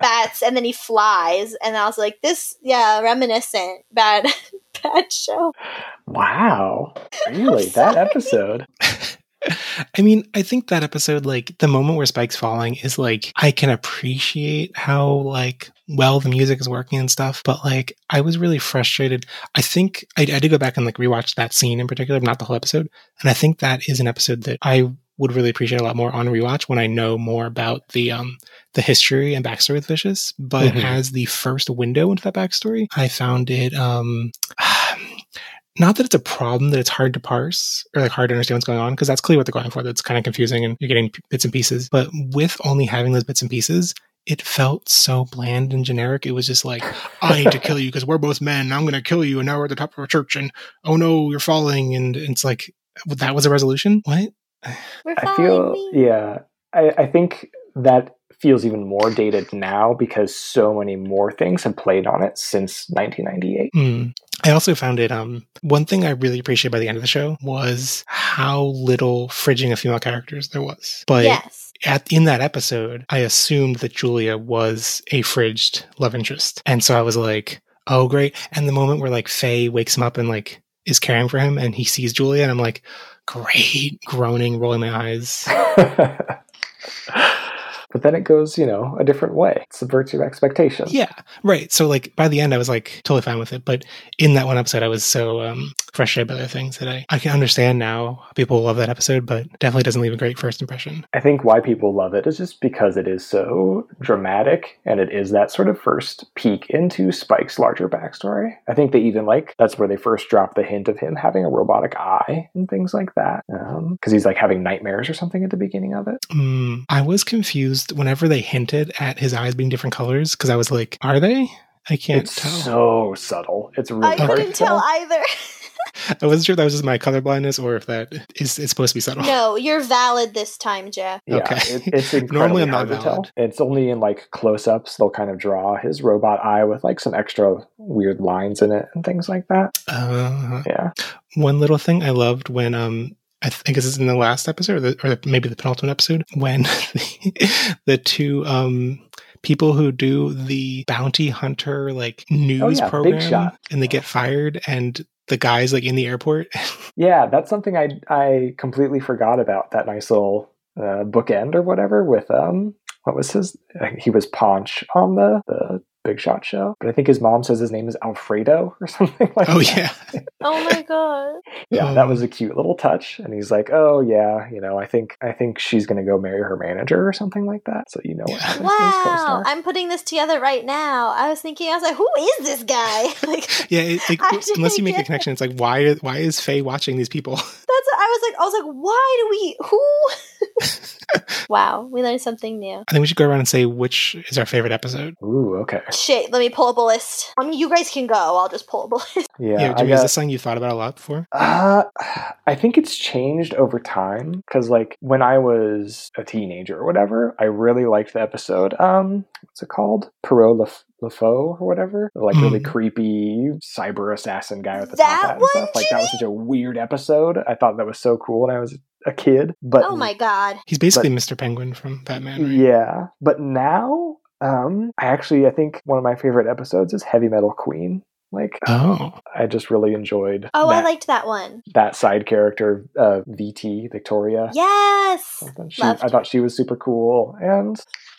bats and then he flies and I was like this yeah, reminiscent bad bad show. Wow. Really? that episode? I mean, I think that episode, like the moment where Spike's falling, is like I can appreciate how like well the music is working and stuff, but like I was really frustrated. I think I, I did go back and like rewatch that scene in particular, not the whole episode, and I think that is an episode that I would really appreciate a lot more on rewatch when I know more about the um the history and backstory with Vicious. But Mhm. as the first window into that backstory, I found it um not that it's a problem that it's hard to parse or like hard to understand what's going on because that's clearly what they're going for that's kind of confusing and you're getting p- bits and pieces but with only having those bits and pieces it felt so bland and generic it was just like i need to kill you because we're both men and i'm going to kill you and now we're at the top of our church and oh no you're falling and, and it's like that was a resolution what We're I following feel, me. yeah. I, I think that feels even more dated now because so many more things have played on it since 1998. Mm. I also found it. Um, one thing I really appreciated by the end of the show was how little fridging of female characters there was. But yes. at in that episode, I assumed that Julia was a fridged love interest, and so I was like, "Oh, great!" And the moment where like Faye wakes him up and like is caring for him, and he sees Julia, and I'm like, "Great!" Groaning, rolling my eyes. but then it goes, you know, a different way. It subverts your expectations. Yeah, right. So like by the end, I was like totally fine with it. But in that one episode, I was so um, frustrated by other things that I I can understand now. People love that episode, but definitely doesn't leave a great first impression. I think why people love it is just because it is so dramatic and it is that sort of first peek into Spike's larger backstory. I think they even like that's where they first drop the hint of him having a robotic eye and things like that. Because he's like having nightmares or something at the beginning of it. Mm, I was confused whenever they hinted at his eyes being different colors because I was like, are they? I can't It's tell. so subtle. It's really I hard couldn't to tell either. I wasn't sure if that was just my color blindness or if that is it's supposed to be subtle. no, you're valid this time, Jeff. Yeah, Okay. it, it's Normally incredibly I'm not hard to tell. valid. It's only in like close-ups they'll kind of draw his robot eye with like some extra weird lines in it and things like that. Uh, Yeah, one little thing I loved when um I think this is in the last episode or, the, or maybe the penultimate episode when the, the two um people who do the bounty hunter like news Oh, yeah, Big program Shot. and they get fired and the guys like in the airport yeah, that's something I I completely forgot about that nice little uh, bookend or whatever with um what was his uh, he was Paunch on the the Big Shot show, but I think his mom says his name is Alfredo or something like. oh that. yeah Oh my god. yeah, Um, that was a cute little touch. And he's like, "Oh yeah, you know, I think I think she's gonna go marry her manager or something like that." So you know Yeah. what happens to his Wow. co-star. I'm putting this together right now. I was thinking I was like, who is this guy? like yeah it, like, I didn't unless you make a get it. connection it's like why why is Faye watching these people That's I was like I was like, why do we who? wow, we learned something new. I think we should go around and say which is our favorite episode Ooh, okay. Shit, let me pull up a list. I mean, you guys can go. I'll just pull up a list. Yeah, yeah, I Jimmy, is got- this something you thought about a lot before Uh, I think it's changed over time because, like, when I was a teenager or whatever, I really liked the episode. Um, what's it called? Perot Lef- Lefo or whatever, The, like really Mhm. creepy cyber assassin guy with the Mm-hmm. That top hat and one, stuff. Like that was such a weird episode. I thought that was so cool when I was a kid. But Oh my god. he's basically Mr. Penguin from Batman right? Yeah, but now, um, I actually I think one of my favorite episodes is Heavy Metal Queen. Like, oh I just really enjoyed. Oh, I that, liked that one. that side character, uh, VT Victoria. Yes. Something. She, Loved I thought she was super cool, and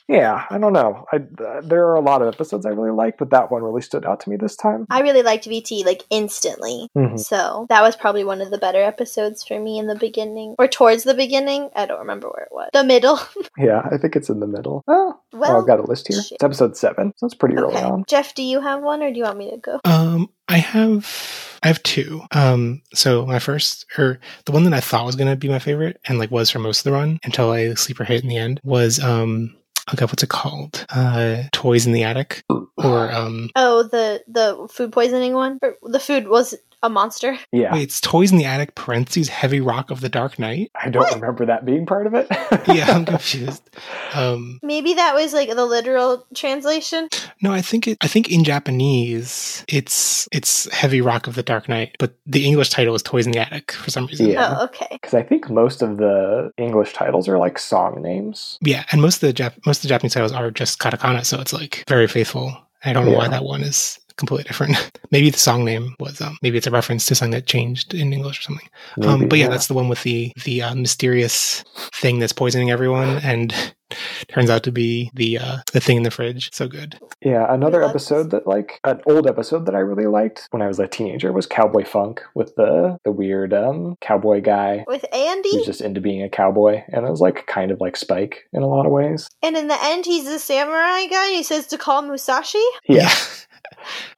yeah, I don't know. I, uh, there are a lot of episodes I really like, but that one really stood out to me this time. I really liked VT like instantly. Mhm. So that was probably one of the better episodes for me in the beginning or towards the beginning. I don't remember where it was. The middle. Yeah, I think it's in the middle. Oh, well, I've got a list here. shit. It's episode seven, so it's pretty early okay. on. Jeff, do you have one or do you want me to go? Um, I have I have two. Um, so my first or the one that I thought was gonna be my favorite and like was for most of the run until I sleeper hit in the end was um oh god what's it called uh toys in the attic or um Oh, the the food poisoning one. Or the food was a monster. Yeah, wait it's toys in the attic parentheses heavy rock of the dark knight I don't What? remember that being part of it. yeah I'm confused um Maybe that was like the literal translation. no I think it I think in Japanese it's it's heavy rock of the dark knight but the English title is toys in the attic for some reason Yeah. Oh, okay. Because I think most of the English titles are like song names. Yeah, and most of the Jap- most of the Japanese titles are just katakana, so it's like very faithful. I don't know why Yeah. that one is completely different. maybe the song name was um, maybe it's a reference to something that changed in English or something. um, Maybe, but yeah, that's the one with the the uh, mysterious thing that's poisoning everyone, and turns out to be the uh, the thing in the fridge. So good. yeah. Another Relax. episode that like an old episode that I really liked when I was a teenager was Cowboy Funk with the the weird um cowboy guy With Andy, who's just into being a cowboy, and it was like kind of like Spike in a lot of ways. and in the end, he's the samurai guy. and He says to call Musashi. Yeah,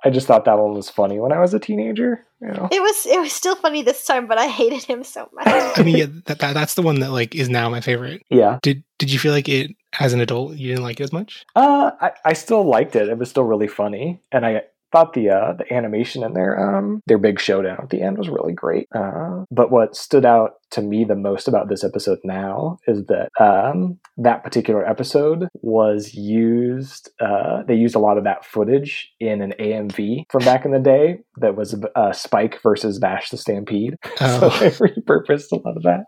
I just thought that one was funny when I was a teenager. You know, It was it was still funny this time, but I hated him so much. I mean, yeah, that, that that's the one that like is now my favorite. yeah. Did did you feel like it as an adult you didn't like it as much? Uh, I, I still liked it. It was still really funny, and I thought the uh, the animation in their um their big showdown at the end was really great. Uh, but what stood out to me the most about this episode now is that um that particular episode was used. Uh, they used a lot of that footage in an AMV from back in the day that was uh, Spike versus Bash the Stampede. So Oh, they repurposed a lot of that.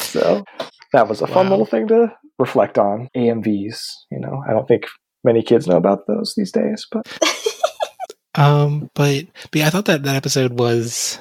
So that was a fun Wow. little thing to reflect on. AMVs, you know, I don't think many kids know about those these days, but Um, but but yeah, I thought that that episode was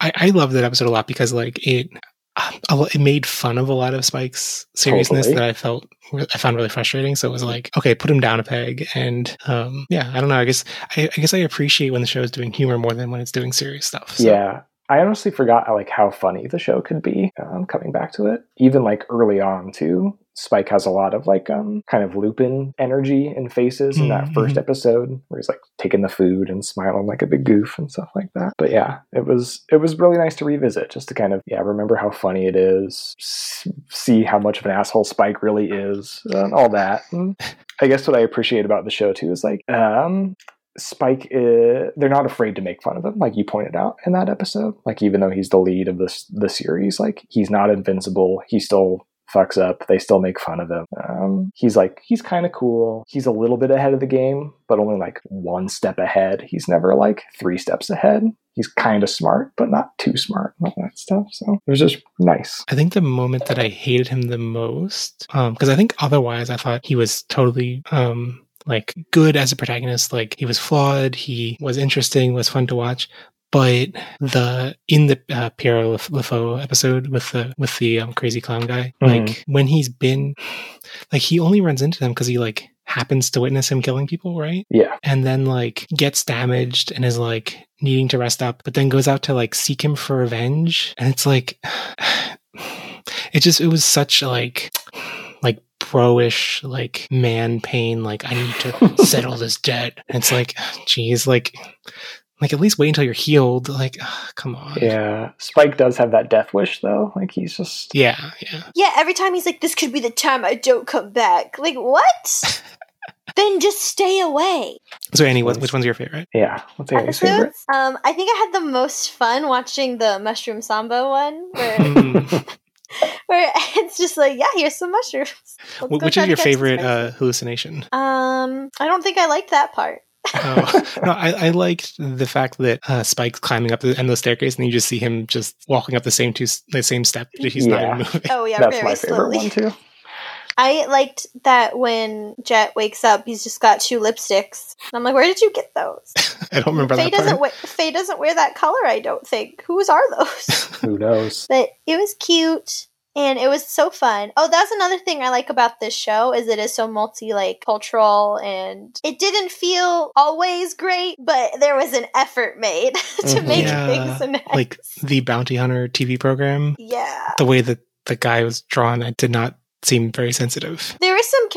I I loved that episode a lot because like it uh, a lo- it made fun of a lot of Spike's seriousness Totally. that I felt I found really frustrating. So it was like okay, put him down a peg, and um, yeah, I don't know. I guess I, I guess I appreciate when the show is doing humor more than when it's doing serious stuff. So. yeah. I honestly forgot like how funny the show could be. Um, coming back to it, even like early on too, Spike has a lot of like um, kind of Lupin energy and faces in that Mhm. first episode where he's like taking the food and smiling like a big goof and stuff like that. But yeah, it was it was really nice to revisit just to kind of yeah remember how funny it is, s- see how much of an asshole Spike really is, and all that. And I guess what I appreciate about the show too is like um, Spike, uh, they're not afraid to make fun of him, like you pointed out in that episode. Like even though he's the lead of this the series, like he's not invincible. He still fucks up. They still make fun of him. Um, he's like he's kind of cool. He's a little bit ahead of the game, but only like one step ahead. He's never like three steps ahead. He's kind of smart, but not too smart. and All that stuff. So it was just nice. I think the moment that I hated him the most, because I think otherwise I thought he was totally um, like good as a protagonist. Like he was flawed, he was interesting, was fun to watch. But the in the uh, Pierre Lef- LeFou episode with the with the um, crazy clown guy, Mhm. like when he's been, like he only runs into them because he like happens to witness him killing people, right? Yeah, and then like gets damaged and is like needing to rest up, but then goes out to like seek him for revenge. And it's like, it just, it was such like, like bro-ish, like man pain, like I need to settle this debt. And it's like, geez, like, like at least wait until you're healed. Like, come on. yeah. Spike does have that death wish though. Like he's just Yeah. Yeah. yeah, every time he's like, "This could be the time I don't come back." Like what? then just stay away. So Annie, what, which one's your favorite? yeah. What's Annie's favorite? Episodes. Um, I think I had the most fun watching the mushroom samba one, where, Mm. where it's just like, "Yeah, here's some mushrooms." Let's Wh- go which try to is your catch these favorite mushrooms. uh, hallucination? Um, I don't think I liked that part. Oh, no, I, I liked the fact that uh, Spike's climbing up the endless staircase, and you just see him just walking up the same two the same step. He's not Yeah. even moving. Oh yeah, That's very my favorite slowly. one too. I liked that when Jet wakes up, he's just got two lipsticks. And I'm like, where did you get those? I don't remember Faye that doesn't. part. We- Faye doesn't wear that color. I don't think. Whose are those? Who knows? but it was cute. and it was so fun. Oh, that's another thing I like about this show is it is so multi like cultural and it didn't feel always great, but there was an effort made to Mhm. make Yeah, things a mess. like the bounty hunter TV program. yeah. The way that the guy was drawn, it did not seem very sensitive. There were some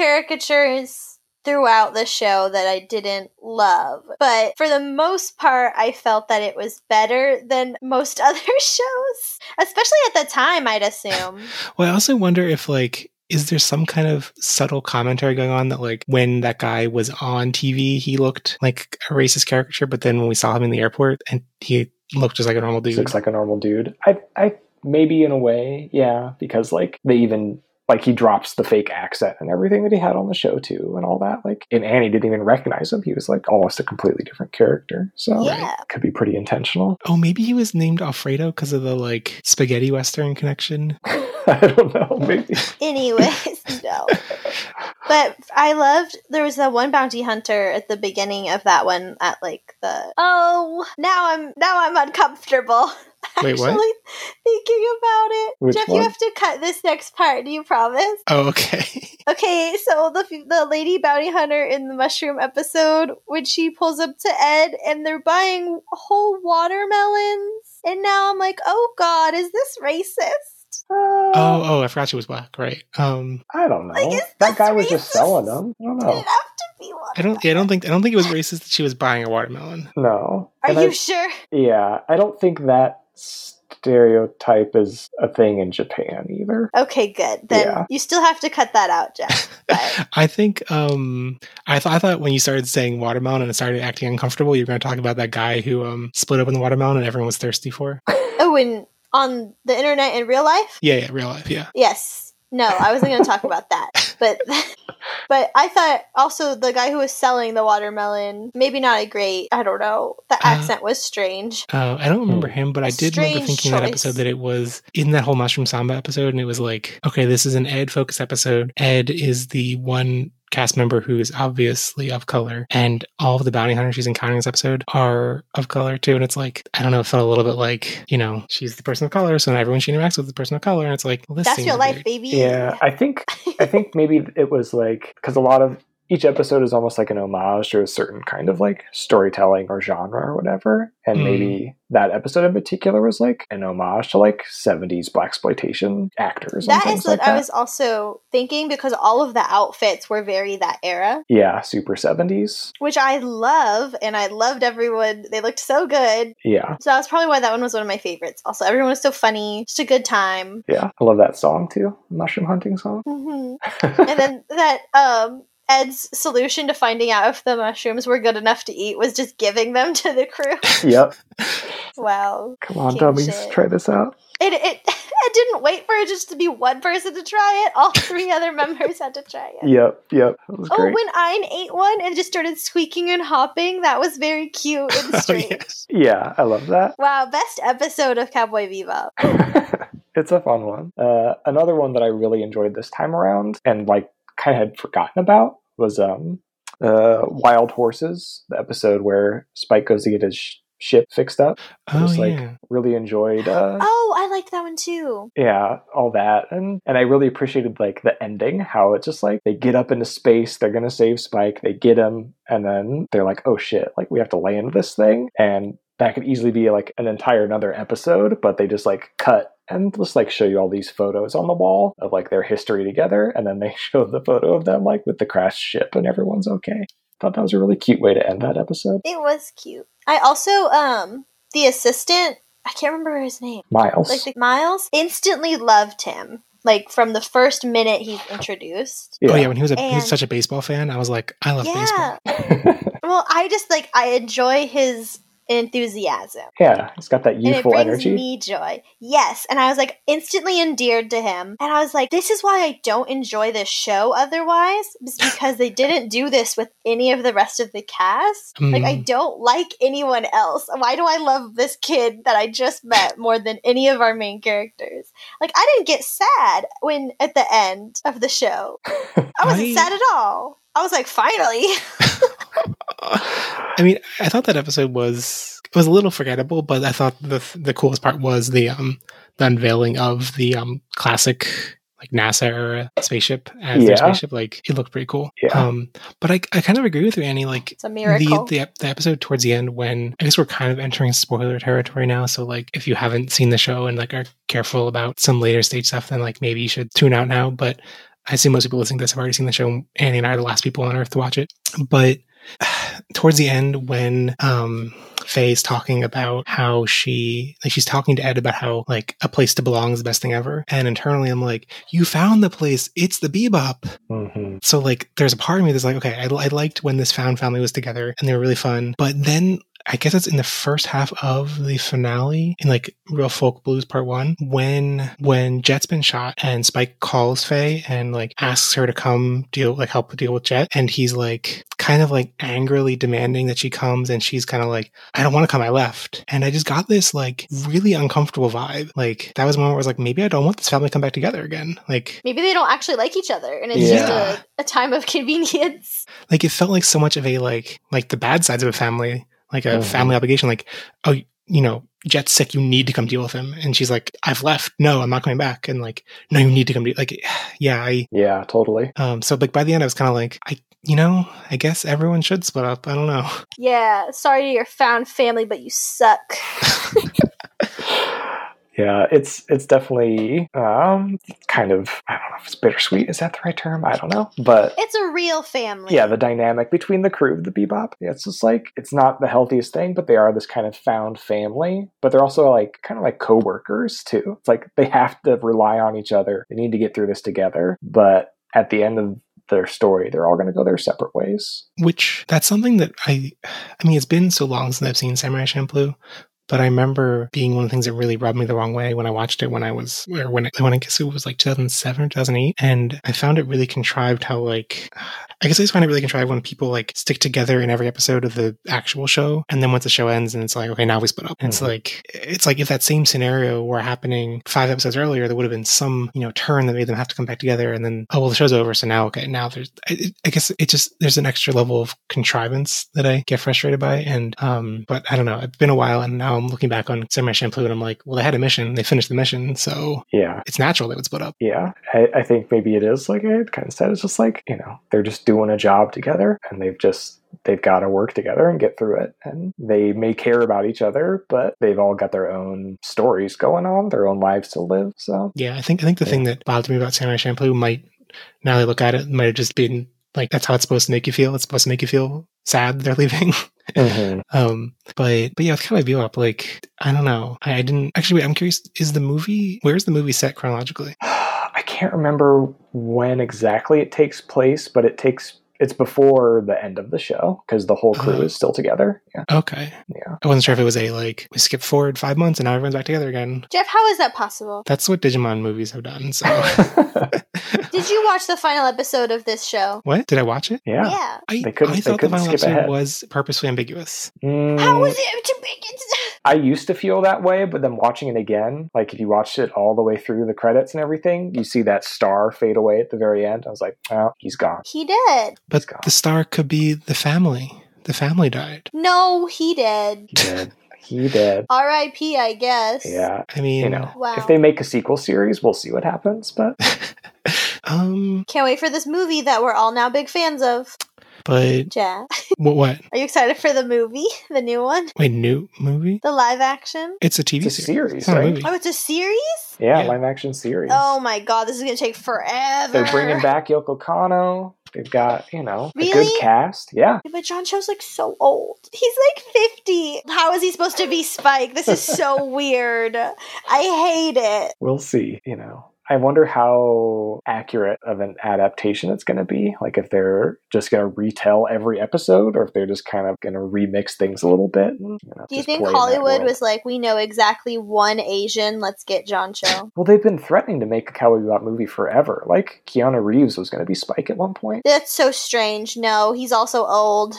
caricatures throughout the show that I didn't love, but for the most part, I felt that it was better than most other shows, especially at the time, I'd assume. Well, I also wonder if like is there some kind of subtle commentary going on that like when that guy was on TV, he looked like a racist caricature, but then when we saw him in the airport and he looked just like a normal dude. looks like a normal dude. I, I maybe in a way, yeah, because like they even like he drops the fake accent and everything that he had on the show too, and all that. Like, and Annie didn't even recognize him. He was like almost a completely different character. So Yeah. could be pretty intentional. oh, maybe he was named Alfredo because of the like spaghetti western connection. I don't know. Maybe Anyways, no. But I loved there was that one bounty hunter at the beginning of that one at like the oh now I'm now I'm uncomfortable. Wait, what? Actually, thinking about it, Which Jeff, one? you have to cut this next part. Do you promise? Oh, okay. Okay, so the f- the lady bounty hunter in the mushroom episode when she pulls up to Ed and they're buying whole watermelons, and now I'm like, oh god, is this racist? Uh, oh, oh, I forgot she was black. Right. Um, I don't Like, know. is That guy this was just racist? selling them. I don't Did know. it have to be watermelon? I don't. I don't think. I don't think it was racist that she was buying a watermelon. No. Are And you I- sure? yeah, I don't think that stereotype is a thing in Japan either. Okay, good. Then Yeah. you still have to cut that out, Jeff. But I think. Um, I thought. I thought when you started saying watermelon and started acting uncomfortable, you were going to talk about that guy who um split open the watermelon and everyone was thirsty for. oh, and on the internet in real life? Yeah, yeah, real life. Yeah. Yes. No, I wasn't going to talk about that. But but I thought also the guy who was selling the watermelon, maybe not a great, I don't know. The Uh-huh. Uh, accent was strange. Uh, I don't remember him, but I A did remember strange thinking in that choice. episode that it was in that whole mushroom samba episode, and it was like, okay, this is an Ed focus episode. Ed is the one cast member who is obviously of color, and all of the bounty hunters she's encountering in this episode are of color too. And it's like, I don't know, it felt a little bit like, you know, she's the person of color, so everyone she interacts with is a person of color, and it's like, well, this That's seems real life, weird. baby. Yeah, I think I think maybe it was like because a lot of each episode is almost like an homage to a certain kind of like storytelling or genre or whatever, and Mm. Hmm. maybe that episode in particular was like an homage to like seventies black exploitation actors. that and is things what like I that. was also thinking because all of the outfits were very that era, Yeah, super seventies. which I love, and I loved everyone. They looked so good. Yeah, So that was probably why that one was one of my favorites. Also, everyone was so funny, just a good time. yeah, I love that song too. Mushroom hunting song. hmm and then that um, Ed's solution to finding out if the mushrooms were good enough to eat was just giving them to the crew. yep. wow, Come on, King dummies, shit. try this out. it it it didn't wait for it just to be one person to try it. All three other members had to try it. Yep, yep. That was Oh, great. when Ein ate one and just started squeaking and hopping, that was very cute and Oh, strange. yeah, I love that. Wow, best episode of Cowboy Bebop. it's a fun one. Uh, another one that I really enjoyed this time around and like kind of had forgotten about was um, uh, Wild Horses, the episode where Spike goes to get his sh- ship fixed up. Oh, was like- yeah. Really enjoyed. Uh, Oh, I liked that one too. yeah all that and and i really appreciated like the ending how it's just like they get up into space they're gonna save spike they get him and then they're like oh shit like we have to land this thing and that could easily be like an entire another episode but they just like cut and just like show you all these photos on the wall of like their history together and then they show the photo of them like with the crashed ship and everyone's okay thought that was a really cute way to end that episode It was cute. I also um the assistant, I can't remember his name. miles Like the Miles instantly loved him. Like from the first minute he's introduced. Oh yeah, when he was a, he And- was such a baseball fan, I was like, I love baseball. yeah. well, I just like I enjoy his enthusiasm. yeah he's got that And it youthful brings energy me joy. Yes. And I was like instantly endeared to him. And I was like, this is why I don't enjoy this show otherwise, is because they didn't do this with any of the rest of the cast. Like, I Mm. don't like anyone else. Why do I love this kid that I just met more than any of our main characters? Like, I didn't get sad when at the end of the show, I wasn't I- sad at all. I was like, finally. I mean, I thought that episode was it was a little forgettable, but I thought the the coolest part was the um the unveiling of the um, classic like NASA era spaceship as their Yeah. spaceship. Like it looked pretty cool. Yeah. Um, but I, I kind of agree with you, Annie. Like It's a the, miracle. the ep- the episode towards the end when I guess we're kind of entering spoiler territory now. So like if you haven't seen the show and like are careful about some later stage stuff, then like maybe you should tune out now. But I see most people listening to this have already seen the show. Annie and I are the last people on earth to watch it. But towards the end when um Faye's talking about how she like she's talking to Ed about how like a place to belong is the best thing ever. And internally I'm like, you found the place. It's the bebop hmm so like there's a part of me that's like okay I, I liked when this found family was together and they were really fun but then i guess it's in the first half of the finale in like real folk blues part one when when jet's been shot and spike calls faye and like asks her to come deal like help deal with jet and he's like kind of like angrily demanding that she comes and she's kind of like i don't want to come i left and i just got this like really uncomfortable vibe like that was a moment where i was like maybe i don't want this family to come back together again like Maybe they don't actually like each other, and it's Yeah. just a, a time of convenience. like it felt like so much of a like like the bad sides of a family like a Mhm. family obligation like oh you know jet's sick you need to come deal with him and she's like i've left no i'm not coming back and like no you need to come deal like yeah i Yeah, totally. um so like by the end i was kind of like i you know i guess everyone should split up i don't know Yeah, sorry to your found family, but you suck. Yeah, it's it's definitely um, kind of I don't know if it's bittersweet. Is that the right term? I don't know, but It's a real family. yeah, the dynamic between the crew of the Bebop. yeah, It's just like it's not the healthiest thing, but they are this kind of found family. But they're also like kind of like coworkers too. It's like they have to rely on each other. They need to get through this together. But at the end of their story, they're all going to go their separate ways. which that's something that i i mean it's been so long since i've seen samurai champloo but I remember being one of the things that really rubbed me the wrong way when I watched it when I was, or when, it, when I guess it was like 2007 or 2008. And I found it really contrived how, like, I guess I just find it really contrived when people like stick together in every episode of the actual show. And then once the show ends and it's like, okay, now we split up. And it's Mhm. like, it's like if that same scenario were happening five episodes earlier, there would have been some, you know, turn that made them have to come back together. And then, oh, well, the show's over. So now, okay, now there's, I, I guess it just, there's an extra level of contrivance that I get frustrated by. And, um, but I don't know. It's been a while. And now I'm looking back on Samurai Shampoo and I'm like, well, they had a mission. They finished the mission. So Yeah, it's natural they would split up. yeah. I, I think maybe it is like I kind of said. It's just like you know they're just doing a job together, and they've just they've got to work together and get through it. And they may care about each other, but they've all got their own stories going on, their own lives to live. So Yeah, I think I think the Yeah. thing that bothered me about Samurai Champloo might, now that I look at it, might have just been like that's how it's supposed to make you feel. It's supposed to make you feel sad that they're leaving. um, but but yeah, it's kind of view up. Like I don't know. I, I didn't actually. Wait, I'm curious. Is the movie where's the movie set chronologically? I can't remember when exactly it takes place, but it takes it's before the end of the show because the whole crew Oh. is still together. Yeah, Okay, yeah. I wasn't sure if it was a like we skip forward five months and now everyone's back together again. Jeff, how is that possible? That's what Digimon movies have done. So Did you watch the final episode of this show? what did I watch it? yeah. Yeah. I, They couldn't- I they thought the couldn't final skip episode ahead. was purposely ambiguous. Mm. How was it to make it? I used to feel that way, but then watching it again, like if you watched it all the way through the credits and everything, you see that star fade away at the very end. I was like, oh, he's gone. He did. But gone. the star could be the family. The family died. No, he did. He did. he did. R.I.P. I guess. Yeah. I mean, You know, Wow. if they make a sequel series, we'll see what happens. But um, Can't wait for this movie that we're all now big fans of. but Jeff, what? What? are you excited for the movie, the new one, Wait, new movie? the live action? It's a TV It's a series. series, It's not a right? movie. Oh, it's a series. yeah, Yeah. live action series. Oh my god, this is gonna take forever. They're bringing back Yoko Kano. They've got, you know, a Really? good cast. Yeah. Yeah, But John Cho's like so old. He's like 50. How is he supposed to be Spike? This is so weird. I hate it. We'll see, you know. I wonder how accurate of an adaptation it's going to be. Like, if they're just going to retell every episode, or if they're just kind of going to remix things a little bit. and, you know, Do you just think play in that Hollywood world. was like, we know exactly one Asian, let's get John Cho? Well, they've been threatening to make a Cowboy Bebop movie forever. Like, Keanu Reeves was going to be Spike at one point. That's so strange. No, he's also old.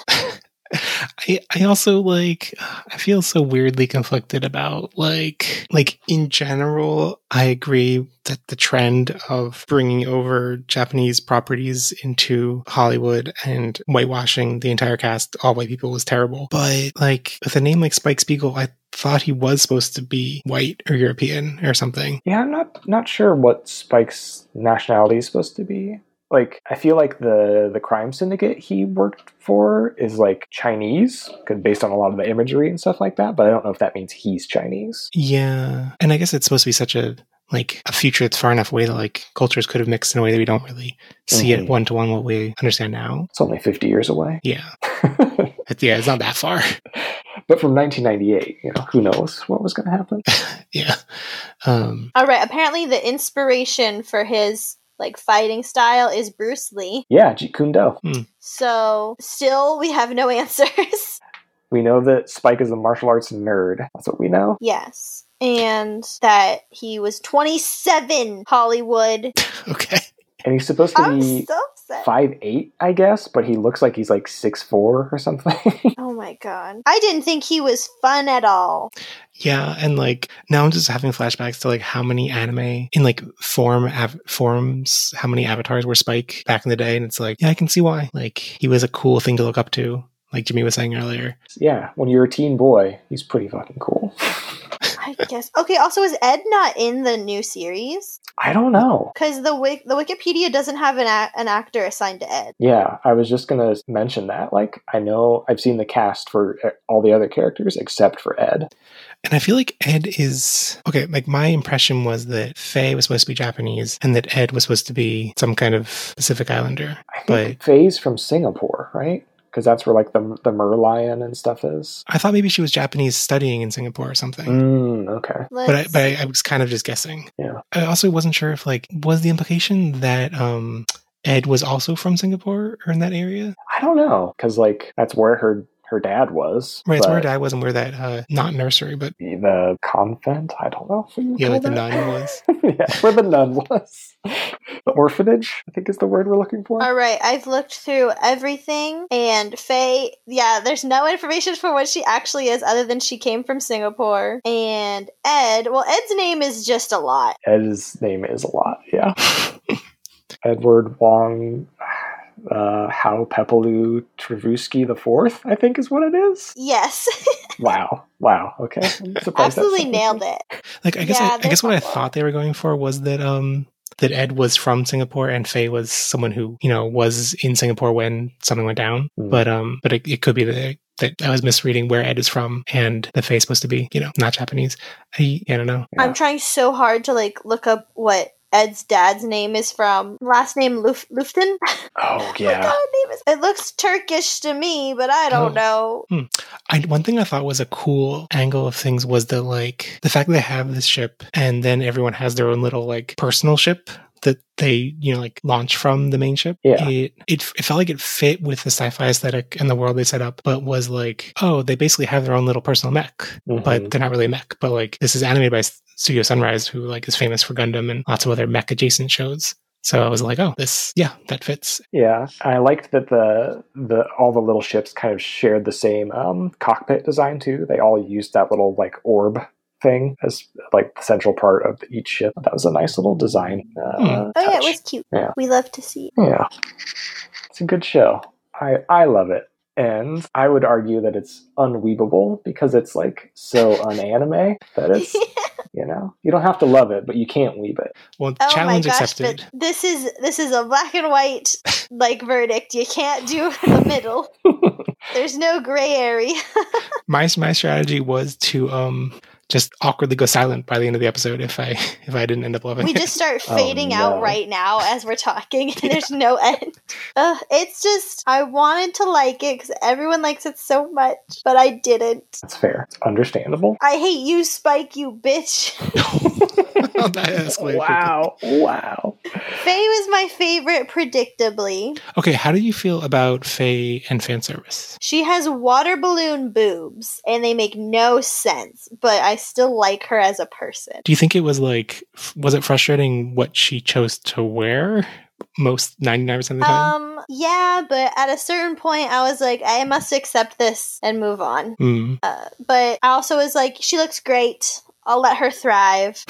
I, I also like I feel so weirdly conflicted about like like in general I agree that the trend of bringing over Japanese properties into Hollywood and whitewashing the entire cast all white people was terrible but like with a name like Spike Spiegel I thought he was supposed to be white or European or something Yeah, I'm not not sure what Spike's nationality is supposed to be. Like, I feel like the the crime syndicate he worked for is like Chinese, 'cause based on a lot of the imagery and stuff like that. But I don't know if that means he's Chinese. Yeah. And I guess it's supposed to be such a like a future that's far enough away that like cultures could have mixed in a way that we don't really see Mhm. it one to one what we understand now. It's only 50 years away. Yeah. but It- Yeah, it's not that far. from 1998, you know, who knows what was going to happen? yeah. Um All right. Apparently, the inspiration for his like fighting style is Bruce Lee. Yeah, Jeet Kune Do. So still, we have no answers. We know that Spike is a martial arts nerd. That's what we know. yes. And that he was 27 Hollywood. okay. And he's supposed to I'm be so upset. five eight, I guess, but he looks like he's like six four or something. Oh my god. I didn't think he was fun at all. Yeah, and like now I'm just having flashbacks to like how many anime in like form av- forms, how many avatars were Spike back in the day and it's like, yeah, I can see why. Like he was a cool thing to look up to, like Jimmy was saying earlier. yeah, when you're a teen boy, he's pretty fucking cool. I guess. Okay, also is Ed not in the new series? I don't know. Cuz the wik- the Wikipedia doesn't have an a- an actor assigned to Ed. Yeah, I was just gonna mention that. Like, I know I've seen the cast for uh, all the other characters except for Ed. And I feel like Ed is okay. Like my impression was that Faye was supposed to be Japanese and that Ed was supposed to be some kind of Pacific Islander. I think But Faye's from Singapore, right? Because that's where like the the Merlion and stuff is. I thought maybe she was Japanese studying in Singapore or something. Mm, okay. Let's, But I, but I, I was kind of just guessing. Yeah. I also wasn't sure if like was the implication that um Ed was also from Singapore or in that area. I don't know because like that's where her her dad was. Right, it's where but I was and where that uh not nursery, but The convent. I don't know. if we would yeah, call like the that. nun was. yeah, where the nun was. The orphanage, I think, is the word we're looking for. all right, I've looked through everything and Faye, yeah, there's no information for what she actually is other than she came from Singapore. And Ed, well Ed's name is just a lot. Ed's name is a lot. Yeah, Edward Wong. Uh, How Pepelu Trevusky the Fourth, I think, is what it is. Yes. Wow, wow, okay, I'm surprised that's Absolutely something. nailed it. Like I guess Yeah, I, I there's guess what a I lot. thought they were going for was that um that Ed was from Singapore and Faye was someone who you know was in Singapore when something went down. Mm. But um but it, it could be that that I was misreading where Ed is from and the Faye's supposed to be you know not Japanese. I, I don't know. Yeah. I'm trying so hard to like look up what Ed's dad's name is from. Last name Luf- Lufton. Oh I forgot yeah, what name is- It looks Turkish to me, but I don't Oh. know. I one thing I thought was a cool angle of things was that like the fact that they have this ship and then everyone has their own little like personal ship that they you know like launch from the main ship. Yeah. It, it it felt like it fit with the sci-fi aesthetic and the world they set up, but was like oh they basically have their own little personal mech, Oh Mhm. but they're not really a mech. But like this is animated by S- Studio Sunrise, who like is famous for Gundam and lots of other mech adjacent shows. So I was like, oh, this, yeah, that fits. yeah. I liked that the the all the little ships kind of shared the same um, cockpit design too. They all used that little like orb thing as like the central part of each ship. That was a nice little design. Uh, Hmm. Oh yeah, it touch. was cute. Yeah. We love to see. it. Yeah. It's a good show. I, I love it. And I would argue that it's unweavable because it's like so unanime that it's, you know, you don't have to love it, but you can't weave it. Well, Oh challenge my gosh, accepted. but this is this is a black and white like verdict. You can't do the middle. There's no gray area. my my strategy was to um just awkwardly go silent by the end of the episode if I if I didn't end up loving We it. just start Oh, fading no. out right now as we're talking, and there's no end. Ugh, it's just I wanted to like it because everyone likes it so much, but I didn't. That's fair. It's understandable. I hate you, Spike, you bitch. Oh, that escalated wow. Wow. Faye was my favorite, predictably. quickly. Okay, how do you feel about Faye and fan service? She has water balloon boobs, and they make no sense, but I still like her as a person. Do you think it was like f- was it frustrating what she chose to wear most 99% of the time? Um, yeah, but at a certain point, I was like, I must accept this and move on. Mm. Uh, but I also was like, she looks great. I'll let her thrive.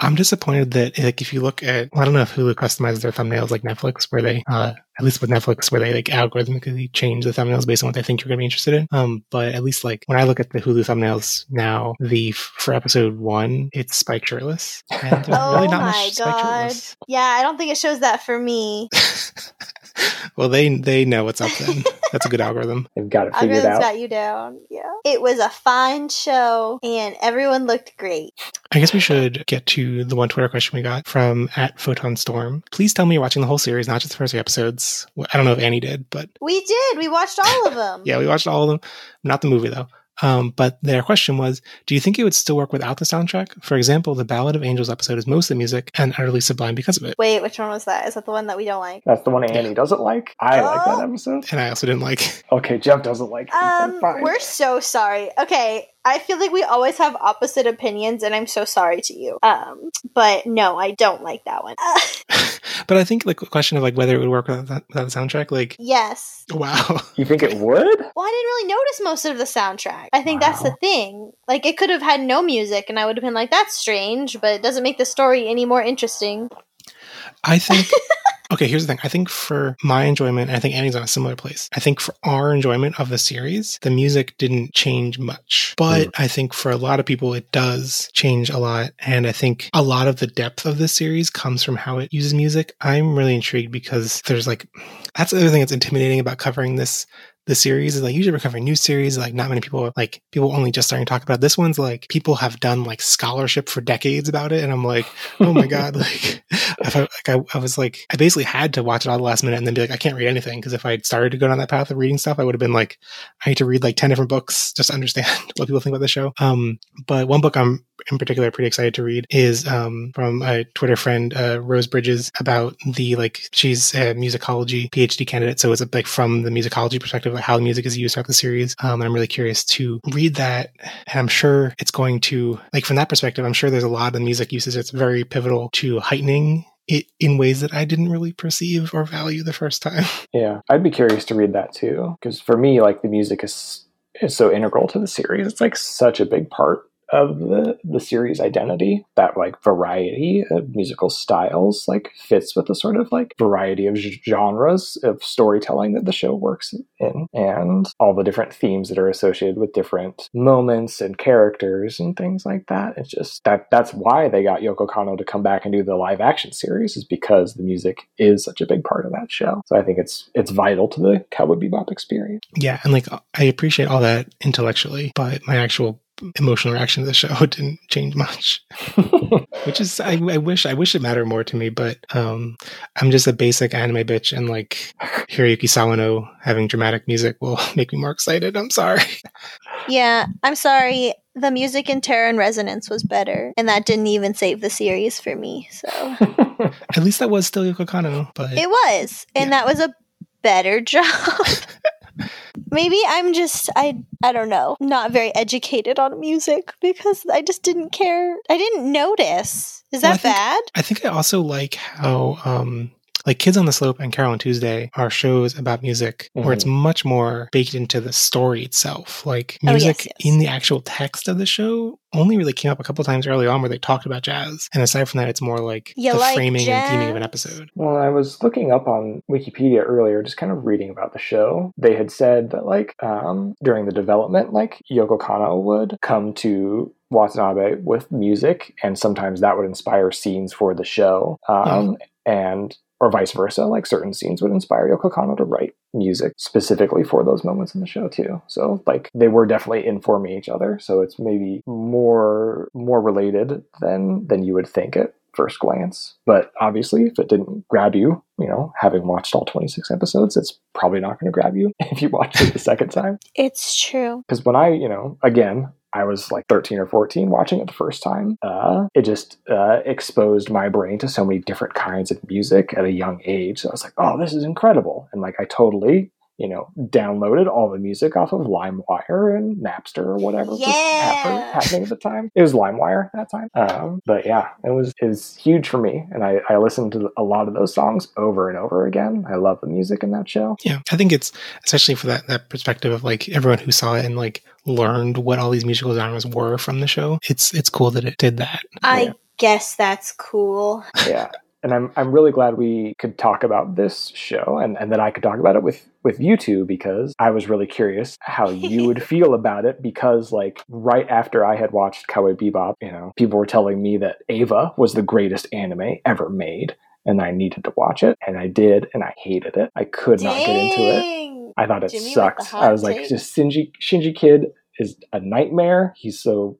I'm disappointed that like if you look at I don't know if Hulu customizes their thumbnails like Netflix where they uh at least with Netflix where they like algorithmically change the thumbnails based on what they think you're gonna be interested in. Um but at least like when I look at the Hulu thumbnails now, the for episode one, it's Spike shirtless. And there's Oh really not my much Spike God. shirtless. Yeah, I don't think it shows that for me. well they they know what's up then. That's a good algorithm. They've got it figured Algorithms out. got you down. Yeah. It was a fine show, and everyone looked great. I guess we should get to the one Twitter question we got from at Photon Storm. Please tell me you're watching the whole series, not just the first three episodes. Well, I don't know if Annie did, but We did. We watched all of them. Yeah, we watched all of them. Not the movie though. Um, but their question was, do you think it would still work without the soundtrack? For example, the Ballad of Angels episode is mostly music and utterly sublime because of it. Wait, which one was that? Is that the one that we don't like? That's the one Annie doesn't like. I like Oh. that episode. And I also didn't like. Okay, Jeff doesn't like it. Um, Fine. we're so sorry. Okay, I feel like we always have opposite opinions, and I'm so sorry to you. Um, but no, I don't like that one. Uh, but I think the question of like whether it would work without, without the soundtrack, like yes. wow, You think it would? Well, I didn't really notice most of the soundtrack. I think that's Wow. the thing. Like, it could have had no music, and I would have been like, that's strange, but it doesn't make the story any more interesting. I think. Okay, here's the thing. I think for my enjoyment, and I think Annie's on a similar place. I think for our enjoyment of the series, the music didn't change much. But I think for a lot of people, it does change a lot. And I think a lot of the depth of this series comes from how it uses music. I'm really intrigued because there's like, that's the other thing that's intimidating about covering this. The series is like usually we're covering new series, like not many people like people only just starting to talk about it. this one's like people have done like scholarship for decades about it, and I'm like, oh my god like if I, like I, I was like i basically had to watch it all the last minute and then be like i can't read anything because if i had started to go down that path of reading stuff i would have been like i need to read like 10 different books just to understand what people think about the show um but one book i'm in particular pretty excited to read is um from a twitter friend uh rose bridges about the like she's a musicology phd candidate so it's like from the musicology perspective like how music is used throughout the series um and i'm really curious to read that and I'm sure it's going to like from that perspective, I'm sure there's a lot of music uses that's very pivotal to heightening it in ways that I didn't really perceive or value the first time. Yeah, I'd be curious to read that too, because for me, like the music is is so integral to the series. It's like such a big part of the the series identity. That like variety of musical styles like fits with the sort of like variety of g- genres of storytelling that the show works in, and all the different themes that are associated with different moments and characters and things like that. It's just that that's why they got Yoko Kano to come back and do the live action series is because the music is such a big part of that show. So I think it's it's vital to the Cowboy Bebop experience. Yeah, and like I appreciate all that intellectually, but my actual emotional reaction to the show didn't change much. Which is I, I wish I wish it mattered more to me, but um I'm just a basic anime bitch and like Hiroyuki Sawano having dramatic music will make me more excited. I'm sorry. Yeah, I'm sorry. The music in Terror and Resonance was better, and that didn't even save the series for me, so. At least that was still Yoko Kano, but It was, and that was a better job. Maybe I'm just I I don't know, not very educated on music because I just didn't care. I didn't notice. Is Well, I that think- bad? I think I also like how um like Kids on the Slope and Carol on Tuesday are shows about music where it's much more baked into the story itself. Like Oh, yes, music yes. in the actual text of the show only really came up a couple times early on where they talked about jazz. And aside from that, it's more like You the like framing and theming of an jazz? episode. Well, I was looking up on Wikipedia earlier, just kind of reading about the show. They had said that, like, um, during the development, like, Yoko Kano would come to Watanabe with music, and sometimes that would inspire scenes for the show. Um, And or vice versa, like certain scenes would inspire Yoko Kano to write music specifically for those moments in the show too. So like they were definitely informing each other. So it's maybe more more related than than you would think at first glance. But obviously, if it didn't grab you, you know, having watched all 26 episodes, it's probably not going to grab you if you watch it the second time. It's true. Because when I, you know, again. I was like 13 or 14 watching it the first time. Uh, it just uh, exposed my brain to so many different kinds of music at a young age. So I was like, oh, this is incredible. And like, I totally you know, downloaded all the music off of LimeWire and Napster or whatever was happen- Yeah. happening at the time. It was LimeWire at that time. Um, but yeah, it was it was huge for me, and I, I listened to a lot of those songs over and over again. I love the music in that show. Yeah, I think it's especially for that that perspective of like everyone who saw it and like learned what all these musical genres were from the show. It's it's cool that it did that. I Yeah. guess that's cool. yeah and I'm, I'm really glad we could talk about this show and, and that i could talk about it with, with you two because i was really curious how you would feel about it because like right after i had watched cowboy bebop you know people were telling me that ava was the greatest anime ever made and i needed to watch it and i did and i hated it i could not get into it Dang. i thought it Jimmy with the sucked hot i was like take. just shinji shinji kid is a nightmare he's so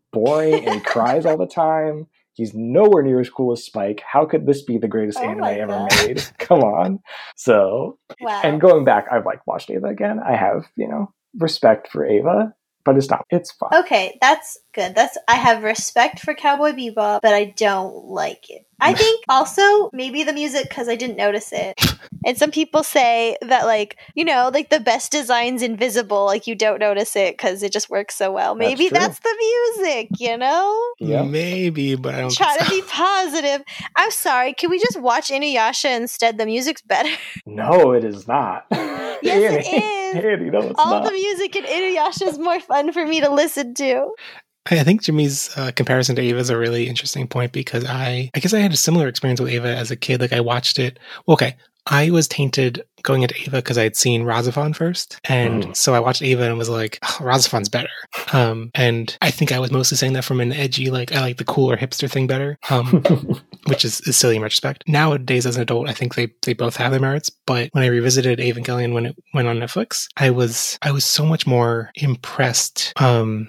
boring and he cries all the time He's nowhere near as cool as Spike. How could this be the greatest Oh anime my ever God. Uh, made? Come on. So, Wow. and going back, I've like watched Ava again. I have, you know, respect for Ava, but it's not. It's fine. Okay, that's good. That's I have respect for Cowboy Bebop, but I don't like it. I think also maybe the music cuz I didn't notice it. And some people say that like, you know, like the best design's invisible, like you don't notice it cuz it just works so well. That's Maybe true. that's, the music, you know? Yeah. Maybe, but I don't. think Try so. to be positive. I'm sorry. Can we just watch Inuyasha instead? The music's better. No, it is not. Yes, it Annie. is. Annie, no, it's All not. the music in Inuyasha is more fun for me to listen to. I I think Jimmy's uh, comparison to Ava is a really interesting point because I, I guess I had a similar experience with Ava as a kid. Like I watched it. well, Okay, I was tainted going into Ava because I had seen Razafon first, and Mm. so I watched Ava and was like, oh, Razafon's better. Um, and I think I was mostly saying that from an edgy, like I like the cooler hipster thing better. Um, which is, is silly in retrospect. Nowadays, as an adult, I think they they both have their merits. But when I revisited Evangelion when it went on Netflix, I was I was so much more impressed. Um,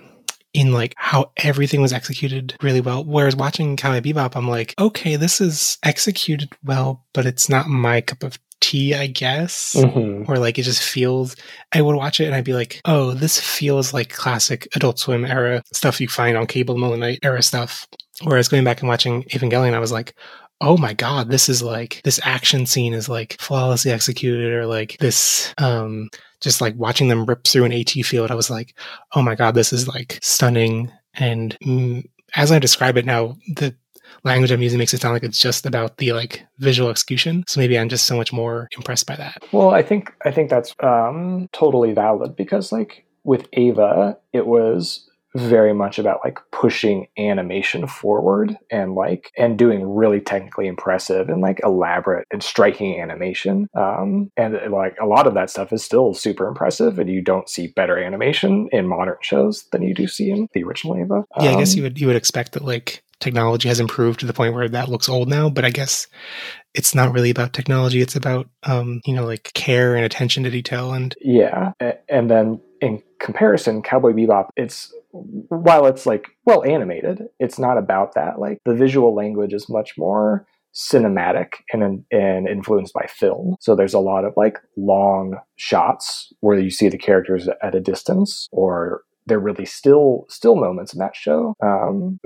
in like how everything was executed really well. Whereas watching Cowboy Bebop, I'm like, okay, this is executed well, but it's not my cup of tea, I guess. Mhm. Or like it just feels. I would watch it and I'd be like, oh, this feels like classic Adult Swim era stuff you find on cable Molinite era stuff. Whereas going back and watching Evangelion, I was like, oh my god, this is like this action scene is like flawlessly executed, or like this um just like watching them rip through an AT field. I was like, oh my god, this is like stunning. And mm, as I describe it now, the language I'm using makes it sound like it's just about the like visual execution. So maybe I'm just so much more impressed by that. Well, I think I think that's um, totally valid because like with Ava, it was very much about like pushing animation forward and like and doing really technically impressive and like elaborate and striking animation um and uh, like a lot of that stuff is still super impressive and you don't see better animation in modern shows than you do see in the original ava Yeah, I guess Um, you would you would expect that like technology has improved to the point where that looks old now, but I guess it's not really about technology. It's about um, you know, like care and attention to detail and Yeah, a- and then in comparison, Cowboy Bebop, it's while it's like well animated, it's not about that. Like the visual language is much more cinematic and and influenced by film. So there's a lot of like long shots where you see the characters at a distance or they're really still still moments in that show. Um,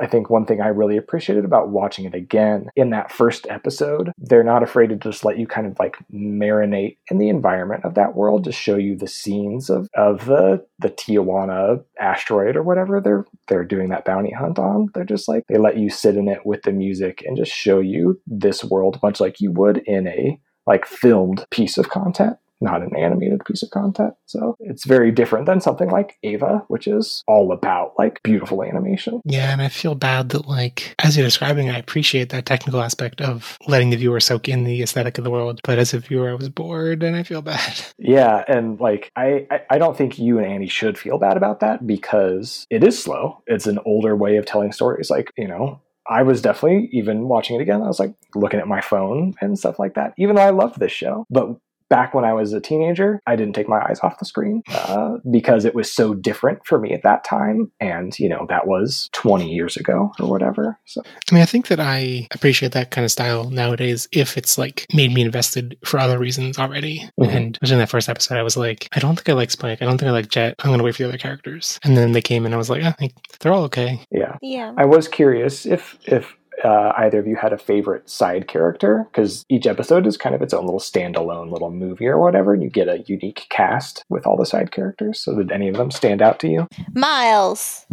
I think one thing I really appreciated about watching it again in that first episode, they're not afraid to just let you kind of like marinate in the environment of that world to show you the scenes of, of the the Tijuana asteroid or whatever they're they're doing that bounty hunt on. They're just like they let you sit in it with the music and just show you this world much like you would in a like filmed piece of content not an animated piece of content. So it's very different than something like Ava, which is all about like beautiful animation. Yeah, and I feel bad that like as you're describing, I appreciate that technical aspect of letting the viewer soak in the aesthetic of the world. But as a viewer, I was bored and I feel bad. Yeah, and like I, I, I don't think you and Annie should feel bad about that because it is slow. It's an older way of telling stories. Like, you know, I was definitely even watching it again, I was like looking at my phone and stuff like that, even though I loved this show. But back when I was a teenager, I didn't take my eyes off the screen uh, because it was so different for me at that time. And, you know, that was 20 years ago or whatever. So I mean, I think that I appreciate that kind of style nowadays if it's like made me invested for other reasons already. Mhm. And within that first episode, I was like, I don't think I like Spike. I don't think I like Jet. I'm gonna wait for the other characters. And then they came and I was like, ah, like, they're all okay. yeah. Yeah. I was curious if if uh, either of you had a favorite side character because each episode is kind of its own little standalone little movie or whatever, and you get a unique cast with all the side characters. So did any of them stand out to you? Miles.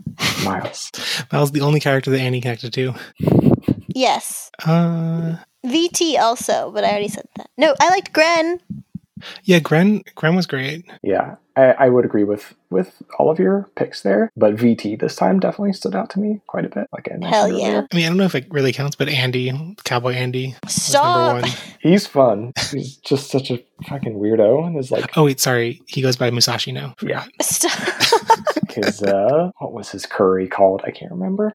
Miles. Miles the only character that Annie connected to. Yes. Uh, VT also, but I already said that. No, I liked Gren. yeah, Gren. Gren was great. Yeah, I, I would agree with with all of your picks there, but VT this time definitely stood out to me quite a bit. Like I mentioned Hell yeah. earlier. I mean, I don't know if it really counts, but Andy, Cowboy Andy, was Stop. number one. he's fun. He's just such a fucking weirdo, and is like Oh wait, sorry, he goes by Musashi now. Yeah. Stop. his uh, what was his curry called? I can't remember.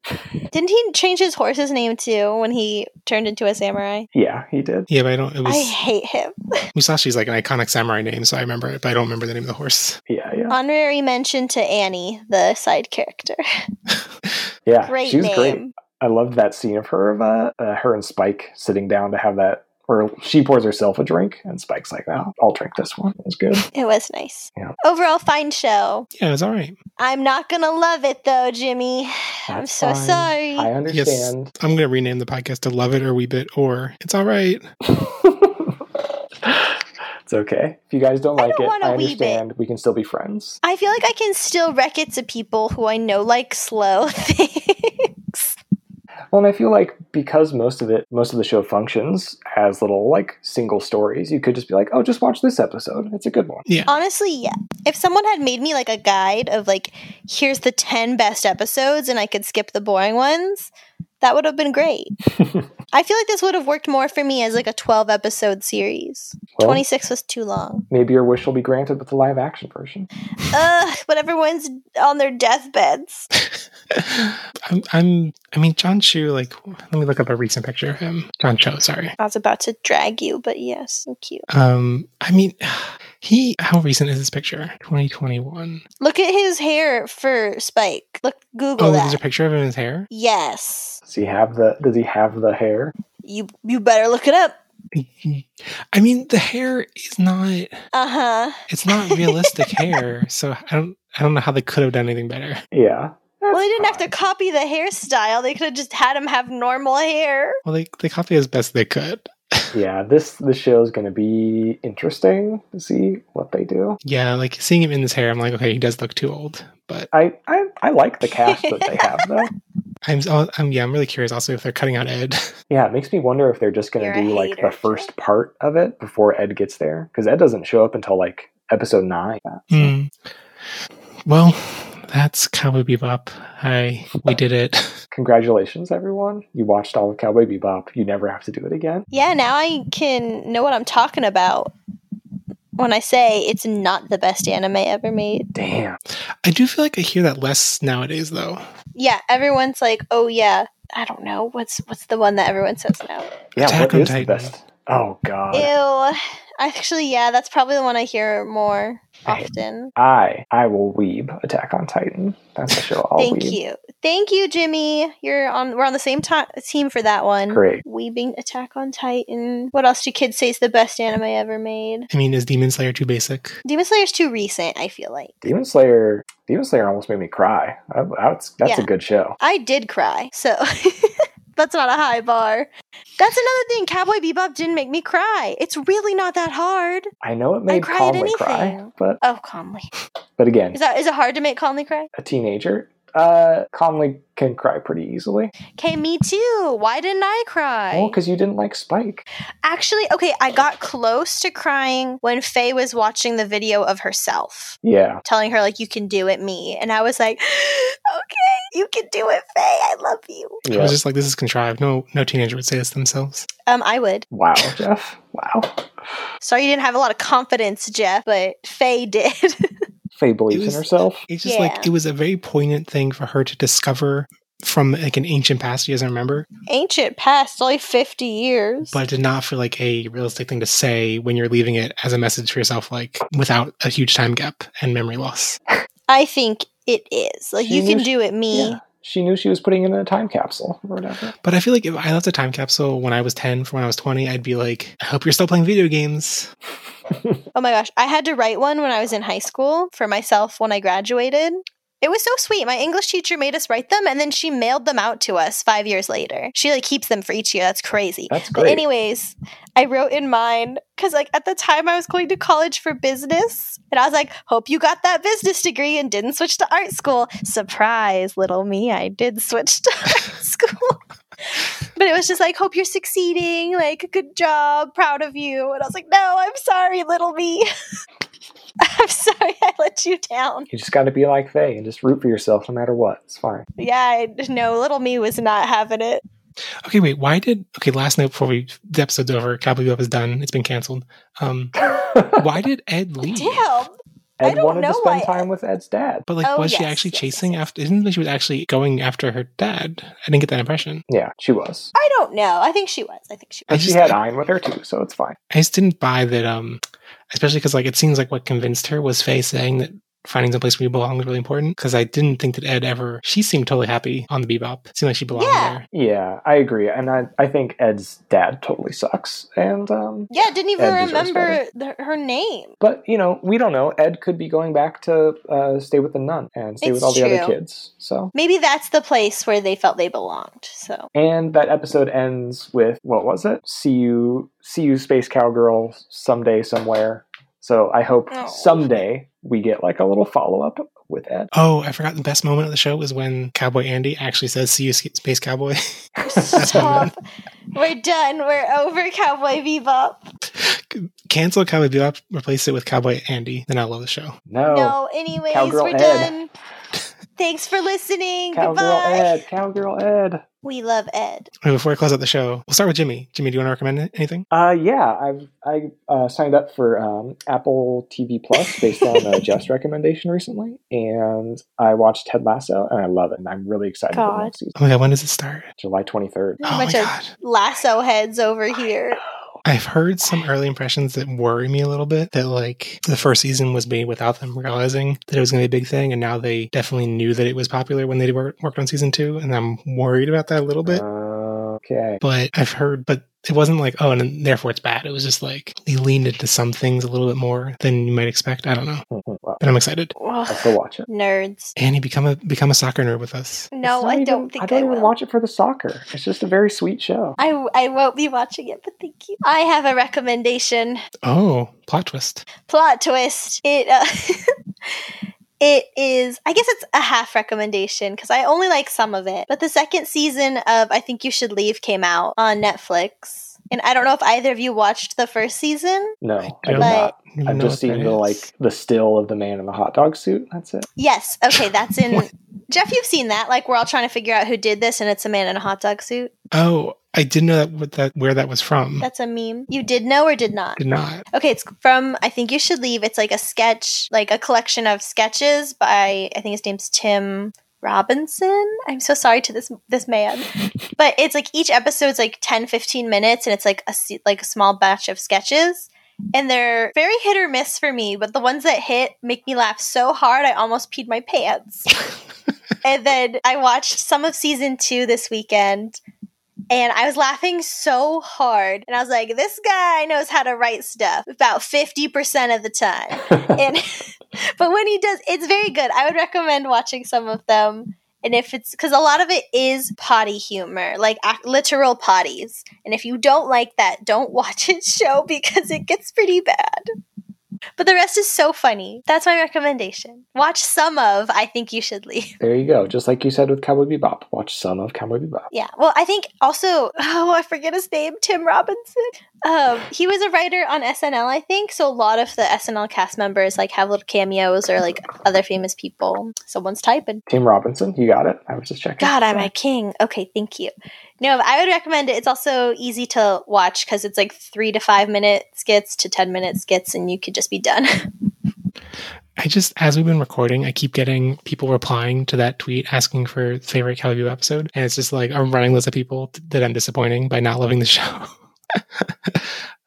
Didn't he change his horse's name too when he turned into a samurai? Yeah, he did. Yeah, but I don't. It was I hate him. Musashi's like an iconic samurai name, so I remember it, but I don't remember the name of the horse. Yeah, yeah, Honorary mention to Annie, the side character. yeah. Great she was name. great. I loved that scene of her of uh, uh, her and Spike sitting down to have that. Or she pours herself a drink, and Spike's like, "No, I'll drink this one. It's good." It was nice. Yeah. Overall, fine show. Yeah, it was all right. I'm not gonna love it though, Jimmy. I'm That's so fine. sorry. I Yes. understand. I'm gonna rename the podcast to "Love It or Weep It" or "It's All Right." it's okay. If you guys don't I like don't it, wanna I weeb it. understand. We can still be friends. I feel like I can still wreck it to people who I know like slow things. Well, and I feel like because most of it, most of the show functions as little like single stories, you could just be like, oh, just watch this episode. It's a good one. Honestly, yeah. If someone had made me like a guide of like, here's the 10 best episodes and I could skip the boring ones, that would have been great. I feel like this would have worked more for me as like a 12 episode series. Well, 26 was too long. maybe your wish will be granted with the live action version. Ugh, but everyone's on their deathbeds. I'm, I'm. I mean, John Chu. Like, let me look up a recent picture of him. John Cho. Sorry. I was about to drag you, but yes, so cute. Um. I mean, he. How recent is this picture? 2021. Look at his hair for Spike. Look, Google Oh, there's that. a picture of him in his hair. yes. Does he have the does he have the hair? You you better look it up. I mean, the hair is not. Uh-huh. It's not realistic hair. So I don't. I don't know how they could have done anything better. Yeah. Well, they didn't have to copy the hairstyle. They could have just had him have normal hair. Well, they they copied as best they could. Yeah, this this show is going to be interesting to see what they do. Yeah, like seeing him in this hair, I'm like, okay, he does look too old. But I I, I like the cast that they have though. I'm, I'm yeah, I'm really curious also if they're cutting out Ed. Yeah, it makes me wonder if they're just going You're to a do like hater, the first part of it before Ed gets there because Ed doesn't show up until like episode nine. Hmm. Well, that's Cowboy Bebop. Hi, we did it. Congratulations, everyone! You watched all of Cowboy Bebop. You never have to do it again. Yeah, now I can know what I'm talking about when I say it's not the best anime ever made. Damn. I do feel like I hear that less nowadays, though. Yeah, everyone's like, "Oh yeah, I don't know what's what's the one that everyone says now." Yeah, Attack what on is the Titan. best? Oh God. Ew. Actually, yeah, that's probably the one I hear more Right. often. I I will weeb Attack on Titan. That's a show I'll Thank weeb. you. Thank you, Jimmy. You're on we're on the same ti team for that one. Great. Weebing Attack on Titan. What else do kids say is the best anime ever made? I mean, is Demon Slayer too basic? Demon Slayer's too recent, I feel like. Demon Slayer. Demon Slayer almost made me cry. I, I, that's that's Yeah. a good show. I did cry, so that's not a high bar. That's another thing. Cowboy Bebop didn't make me cry. It's really not that hard. I know it made cry at Conley cry, anything. but Oh, Conley. but again, Is that is it hard to make Conley cry? a teenager. Uh, Conley can cry pretty easily. Okay, me too. Why didn't I cry? Well, because you didn't like Spike. Actually, okay, I got close to crying when Faye was watching the video of herself. Yeah. telling her like you can do it me and i was like okay you can do it faye i love you I yeah. was just like, this is contrived. No, no teenager would say this themselves. um i would Wow, Jeff. Wow. sorry you didn't have a lot of confidence jeff but faye did Faye believes was- in herself. It's just Yeah. like it was a very poignant thing for her to discover from like an ancient past she doesn't remember, ancient past only 50 years but it did not feel like a realistic thing to say when you're leaving it as a message for yourself, like without a huge time gap and memory loss. i think it is like She you can was- do it me Yeah. She knew she was putting it in a time capsule or whatever. But I feel like if I left a time capsule when I was 10 from when I was 20, I'd be like, I hope you're still playing video games. oh my gosh i had to write one when i was in high school for myself when i graduated It was so sweet. My English teacher made us write them and then she mailed them out to us five years later. She like keeps them for each year. That's crazy. That's But great. anyways, I wrote in mine because like at the time I was going to college for business, and I was like, "Hope you got that business degree and didn't switch to art school." Surprise, little me, I did switch to art school. But it was just like, "Hope you're succeeding. Like, good job. Proud of you." And I was like, "No, I'm sorry, little me. I'm sorry I let you down." You just got to be like they and just root for yourself no matter what. It's fine. Yeah, I, no, little me was not having it. Okay, wait. Why did okay? Last note before we the episode's over. Cowboy Bebop is done. It's been canceled. Um, why did Ed leave? Damn. I Ed don't wanted know to spend why- time with Ed's dad. But like, Oh, was she yes, actually yes, chasing after? Isn't that she was actually going after her dad? I didn't get that impression. Yeah, she was. I don't know. I think she was. I think she was. I And she just- had Ayn with her too, so it's fine. I just didn't buy that. Um, especially because like it seems like what convinced her was Faye saying that finding some place where you belong is really important. Because I didn't think that Ed ever. She seemed totally happy on the Bebop. It seemed like she belonged Yeah. there. Yeah, I agree. And I, I think Ed's dad totally sucks. And, um, Yeah, didn't even Ed deserves remember better. the, her name. but, you know, we don't know. Ed could be going back to uh, stay with the nun and stay It's with all the other true. kids. So, Maybe that's the place where they felt they belonged. So and that episode ends with what was it? See you, see you, Space Cowgirl, someday, somewhere. So I hope Oh. someday we get like a little follow up with Ed. Oh, I forgot the best moment of the show was when Cowboy Andy actually says, "See you, Sk- Space Cowboy." stop. We're done. We're over Cowboy Bebop. Cancel Cowboy Bebop, replace it with Cowboy Andy, then I love the show. No, No, anyways, Oh, Cowgirl we're Ed. done. Thanks for listening. Cowgirl Goodbye. Ed, Cowgirl Ed. We love Ed. Okay, before I close out the show, we'll start with Jimmy. Jimmy, do you want to recommend anything? Uh, yeah, I've I uh, signed up for um, Apple TV Plus based on uh, Jeff's recommendation recently, and I watched Ted Lasso, and I love it, and I'm really excited for God. the next season, Oh my god, when does it start? July 23rd. Not Oh my much of god. Lasso heads over here. I've heard some early impressions that worry me a little bit that like the first season was made without them realizing that it was going to be a big thing and now they definitely knew that it was popular when they wor- worked on season 2 and I'm worried about that a little bit. Uh, okay, But I've heard but it wasn't like oh and therefore it's bad. It was just like they leaned into some things a little bit more than you might expect. I don't know. Mhm, well, But I'm excited. I'll Ugh, still watch it. nerds. Annie become a become a soccer nerd with us. No, It's not I even- don't think I don't even will. watch it for the soccer. It's just a very sweet show. I, I won't be watching it, but thank you. I have a recommendation. Oh, plot twist. plot twist it uh, it is i guess it's a half recommendation because i only like some of it but the second season of i think you should leave came out on netflix and i don't know if either of you watched the first season No, I I, don't did like- not. You I've know just what seen that the is. like the still of the man in the hot dog suit. That's it. yes okay that's in What? jeff you've seen that like we're all trying to figure out who did this and it's a man in a hot dog suit Oh, I didn't know that, what that where that was from. that's a meme you did know or did not did not. Okay, it's from I think you should leave. It's like a sketch, like a collection of sketches by I think his name's Tim Robinson. I'm so sorry to this this man. But it's like each episode's like 10 15 minutes and it's like a se- like a small batch of sketches and they're very hit or miss for me, but the ones that hit make me laugh so hard I almost peed my pants. and then I watched some of season 2 this weekend and I was laughing so hard. And I was like, this guy knows how to write stuff about 50% of the time. and but when he does, it's very good. I would recommend watching some of them. And if it's because a lot of it is potty humor, like ac- literal potties. And if you don't like that, don't watch his show because it gets pretty bad. But the rest is so funny. That's my recommendation. Watch some of I Think You Should Leave. There you go. Just like you said with Cowboy Bebop, watch some of Cowboy Bebop. Yeah. Well, I think also, oh, I forget his name, Tim Robinson. Um, he was a writer on SNL, I think. So a lot of the SNL cast members like have little cameos or like other famous people. Someone's typing. Tim Robinson, you got it. I was just checking. God, I'm a king. Okay, thank you. No, but I would recommend it. It's also easy to watch because it's like three to five minute skits to 10 minute skits, and you could just be done. I just as we've been recording, I keep getting people replying to that tweet asking for favorite Calview episode, and it's just like a running list of people t- that I'm disappointing by not loving the show.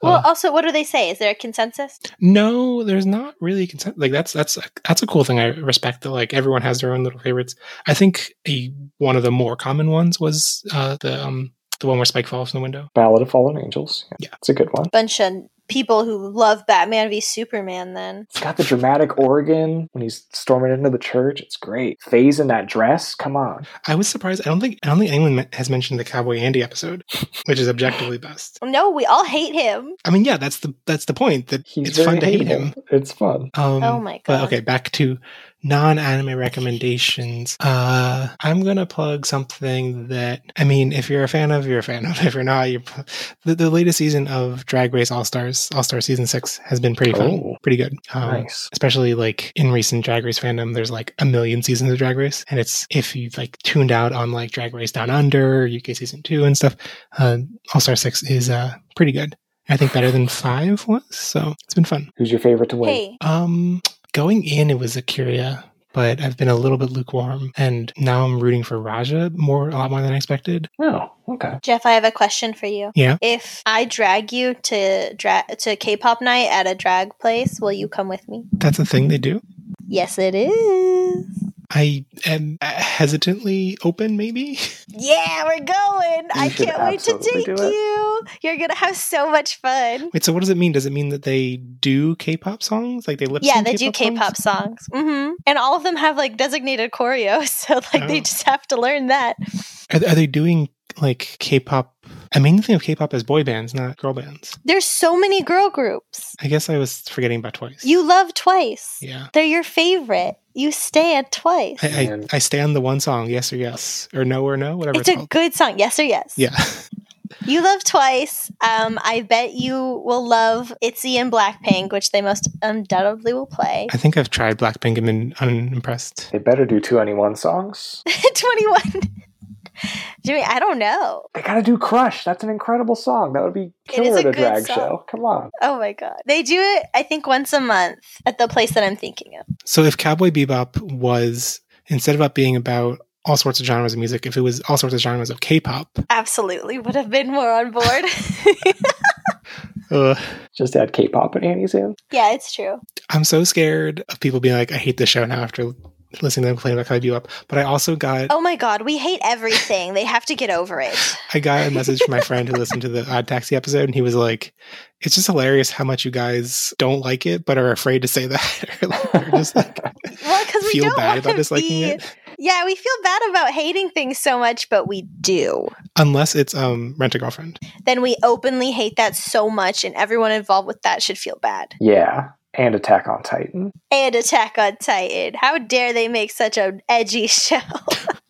well, Uh, also, what do they say? Is there a consensus? no, there's not really consent. Like that's that's that's a cool thing. I respect that. Like everyone has their own little favorites. I think a one of the more common ones was uh, the um, the one where Spike falls from the window. Ballad of Fallen Angels. Yeah. It's a good one. Bunch of people who love Batman v Superman then. It's got the dramatic organ when he's storming into the church. It's great. Faye's in that dress. Come on. I was surprised. I don't think I don't think anyone me- has mentioned the Cowboy Andy episode, which is objectively best. No, we all hate him. I mean, yeah, that's the that's the point. That He's it's very fun to hate hateable. him. It's fun. Um, Oh my But God. okay, back to non-anime recommendations. Uh, I'm gonna plug something that I mean, if you're a fan of, you're a fan of. If you're not, you are the, the latest season of Drag Race All Stars, All Star Season Six, has been pretty fun, Oh. pretty good. Um, Nice. Especially like in recent Drag Race fandom, there's like a million seasons of Drag Race, and it's if you like tuned out on like Drag Race Down Under, UK season two, and stuff. Uh, All Star Six is uh, pretty good. I think better than five was, so it's been fun. Who's your favorite to win? Hey, Um, going in, it was Akira, but I've been a little bit lukewarm, and now I'm rooting for Raja more, a lot more than I expected. Oh, okay. Jeff, I have a question for you. Yeah. If I drag you to dra- to K-pop night at a drag place, will you come with me? That's a thing they do. Yes, it is. I am uh, hesitantly open, maybe. Yeah, we're going. I should can't wait to absolutely take do it. you. You're going to have so much fun. Wait, so what does it mean? Does it mean that they do K-pop songs, like they lip? Yeah, sync they do K-pop songs? songs. hmm And all of them have like designated choreo, so like Oh. they just have to learn that. Are, are they doing like K-pop? I mainly think of K-pop as boy bands, not girl bands. There's so many girl groups. I guess I was forgetting about Twice. You love Twice. yeah. They're your favorite. You stay at Twice. I, I, Man. I stand the one song, yes or yes, or no or no, whatever It's a it's, called. good song. Yes or yes. yeah. You love Twice. Um, I bet you will love ITZY and Blackpink, which they most undoubtedly will play. I think I've tried Blackpink and been unimpressed. They better do 21 songs. 21. Jimmy, I don't know. They gotta do Crush. That's an incredible song. That would be It is killer a at a good drag song. show. Come on. Oh my god. They do it I think once a month at the place that I'm thinking of. So if Cowboy Bebop was instead of it being about all sorts of genres of music, if it was all sorts of genres of K-pop, Absolutely would have been more on board. uh, Just add K pop and Annie's in. yeah, it's true. I'm so scared of people being like, "I hate this show now" after listening to them complain about Cowboy Bebop. But I also got Oh my god, we hate everything. They have to get over it. I got a message from my friend who listened to the Odd Taxi episode, and he was like, "It's just hilarious how much you guys don't like it, but are afraid to say that, or, like, or just like Well, because we feel don't bad want about to disliking be... it." Yeah, we feel bad about hating things so much, but we do. Unless it's um, Rent a Girlfriend. Then we openly hate that so much, and everyone involved with that should feel bad. Yeah. And Attack on Titan. And Attack on Titan. How dare they make such an edgy show?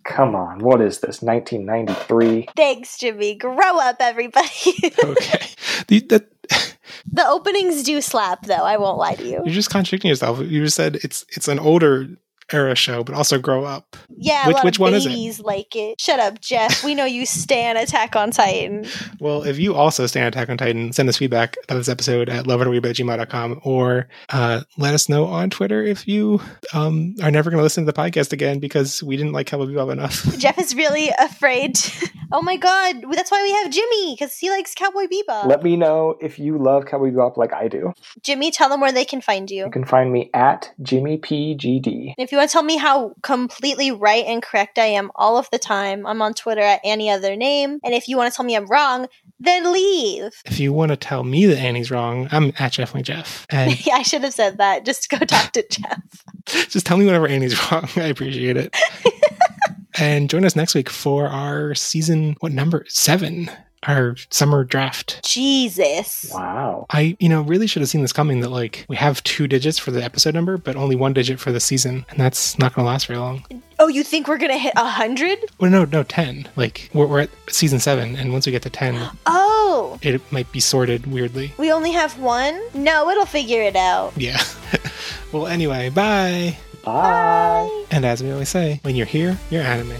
Come on. What is this? 1993? Thanks, Jimmy. Grow up, everybody. Okay, The- that The openings do slap, though. I won't lie to you. You're just contradicting yourself. You just said it's it's an older era show, but also grow up. Yeah, Which- a lot which of one is it? babies like it. Shut up, Jeff. We know you stan Attack on Titan. Well, if you also stand Attack on Titan, send us feedback about this episode at loveandweeb@gmail.com or uh, let us know on Twitter if you um, are never going to listen to the podcast again because we didn't like Cowboy Bebop enough. Jeff is really afraid. oh my god, that's why we have Jimmy because he likes Cowboy Bebop. Let me know if you love Cowboy Bebop like I do. Jimmy, tell them where they can find you. You can find me at JimmyPGD. And if you want to tell me how completely right and correct I am all of the time, I'm on Twitter at any other name. And if you want to tell me I'm wrong, then leave. if you want to tell me that Annie's wrong, I'm at Jeff like Jeff, and yeah, I should have said that. Just go talk to Jeff. just tell me whenever Annie's wrong. I appreciate it. and join us next week for our season what number seven, our summer draft. Jesus. Wow. I, you know, really should have seen this coming that like we have two digits for the episode number, but only one digit for the season, and that's not going to last very long. Oh, you think we're gonna hit a hundred? Well, no, no, ten. Like we're, we're at season seven, and once we get to ten, Oh, it might be sorted weirdly. we only have one? No, it'll figure it out. Yeah. well, anyway, bye. Bye. And as we always say, when you're here, you're anime.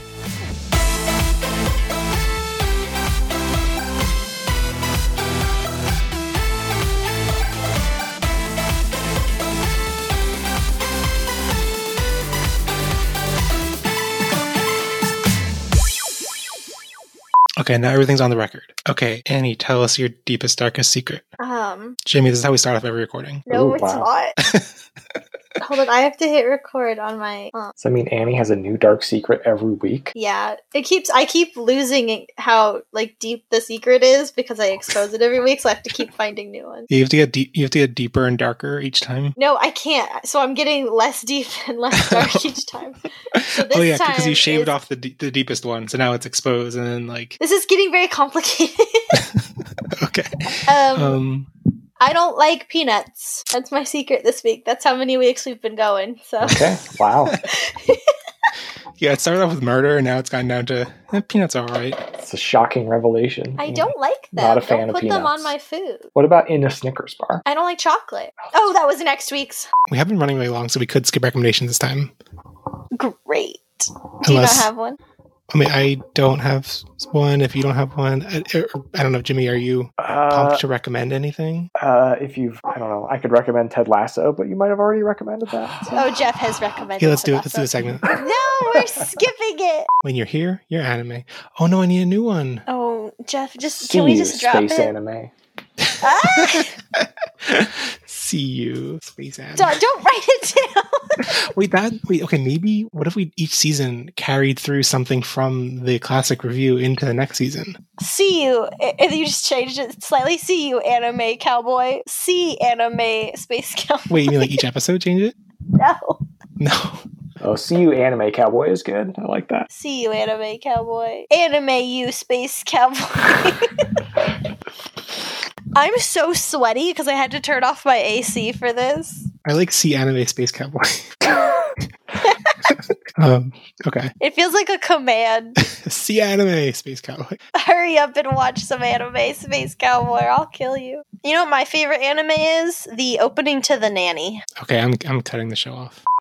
Okay, now everything's on the record. Okay, Annie, tell us your deepest, darkest secret. Um, Oh, Jamie, this is how we start off every recording. no, Ooh, it's wow. not. Hold on, I have to hit record on my. uh, Does that mean Annie has a new dark secret every week? yeah, it keeps. I keep losing how like deep the secret is because I expose it every week, so I have to keep finding new ones. You have to get deep, you have to get deeper and darker each time. No, I can't. So I'm getting less deep and less dark each time. So this oh yeah, because time you shaved is- off the de- the deepest one, so now it's exposed, and then like This is getting very complicated. okay, um, um, I don't like peanuts. That's my secret this week. That's how many weeks we've been going. So Okay, wow. yeah, it started off with murder, and now it's gone down to eh, peanuts. All right, It's a shocking revelation. I don't like them. Not a fan don't of put them on peanuts. my food. What about in a Snickers bar? I don't like chocolate. Oh, that was next week's. we have been running really long, so we could skip recommendations this time. Great. Do you not Unless- have one? I mean, I don't have one. If you don't have one, I, I don't know, Jimmy, are you Uh, pumped to recommend anything? uh, if you've, I don't know, I could recommend Ted Lasso, but you might have already recommended that. so- Oh, Jeff has recommended. Okay, let's do it. Let's Tabasco. do a segment. No, we're skipping it. When you're here, you're anime. Oh no, I need a new one. Oh, Jeff, just See can we you, just drop it? space anime. Ah, See you, space anime. don't, don't write it down. Wait, that wait. Okay, maybe. What if we each season carried through something from the classic review into the next season? see you and you just changed it slightly see you anime cowboy see anime space cowboy Wait, you mean like each episode change it? no No. Oh, see you, anime cowboy is good. I like that. see you anime cowboy anime you space cowboy i'm so sweaty because i had to turn off my ac for this I like see anime space cowboy. um, okay, it feels like a command see anime space cowboy. hurry up and watch some anime space cowboy or i'll kill you you know what my favorite anime is the opening to the nanny Okay, I'm I'm cutting the show off.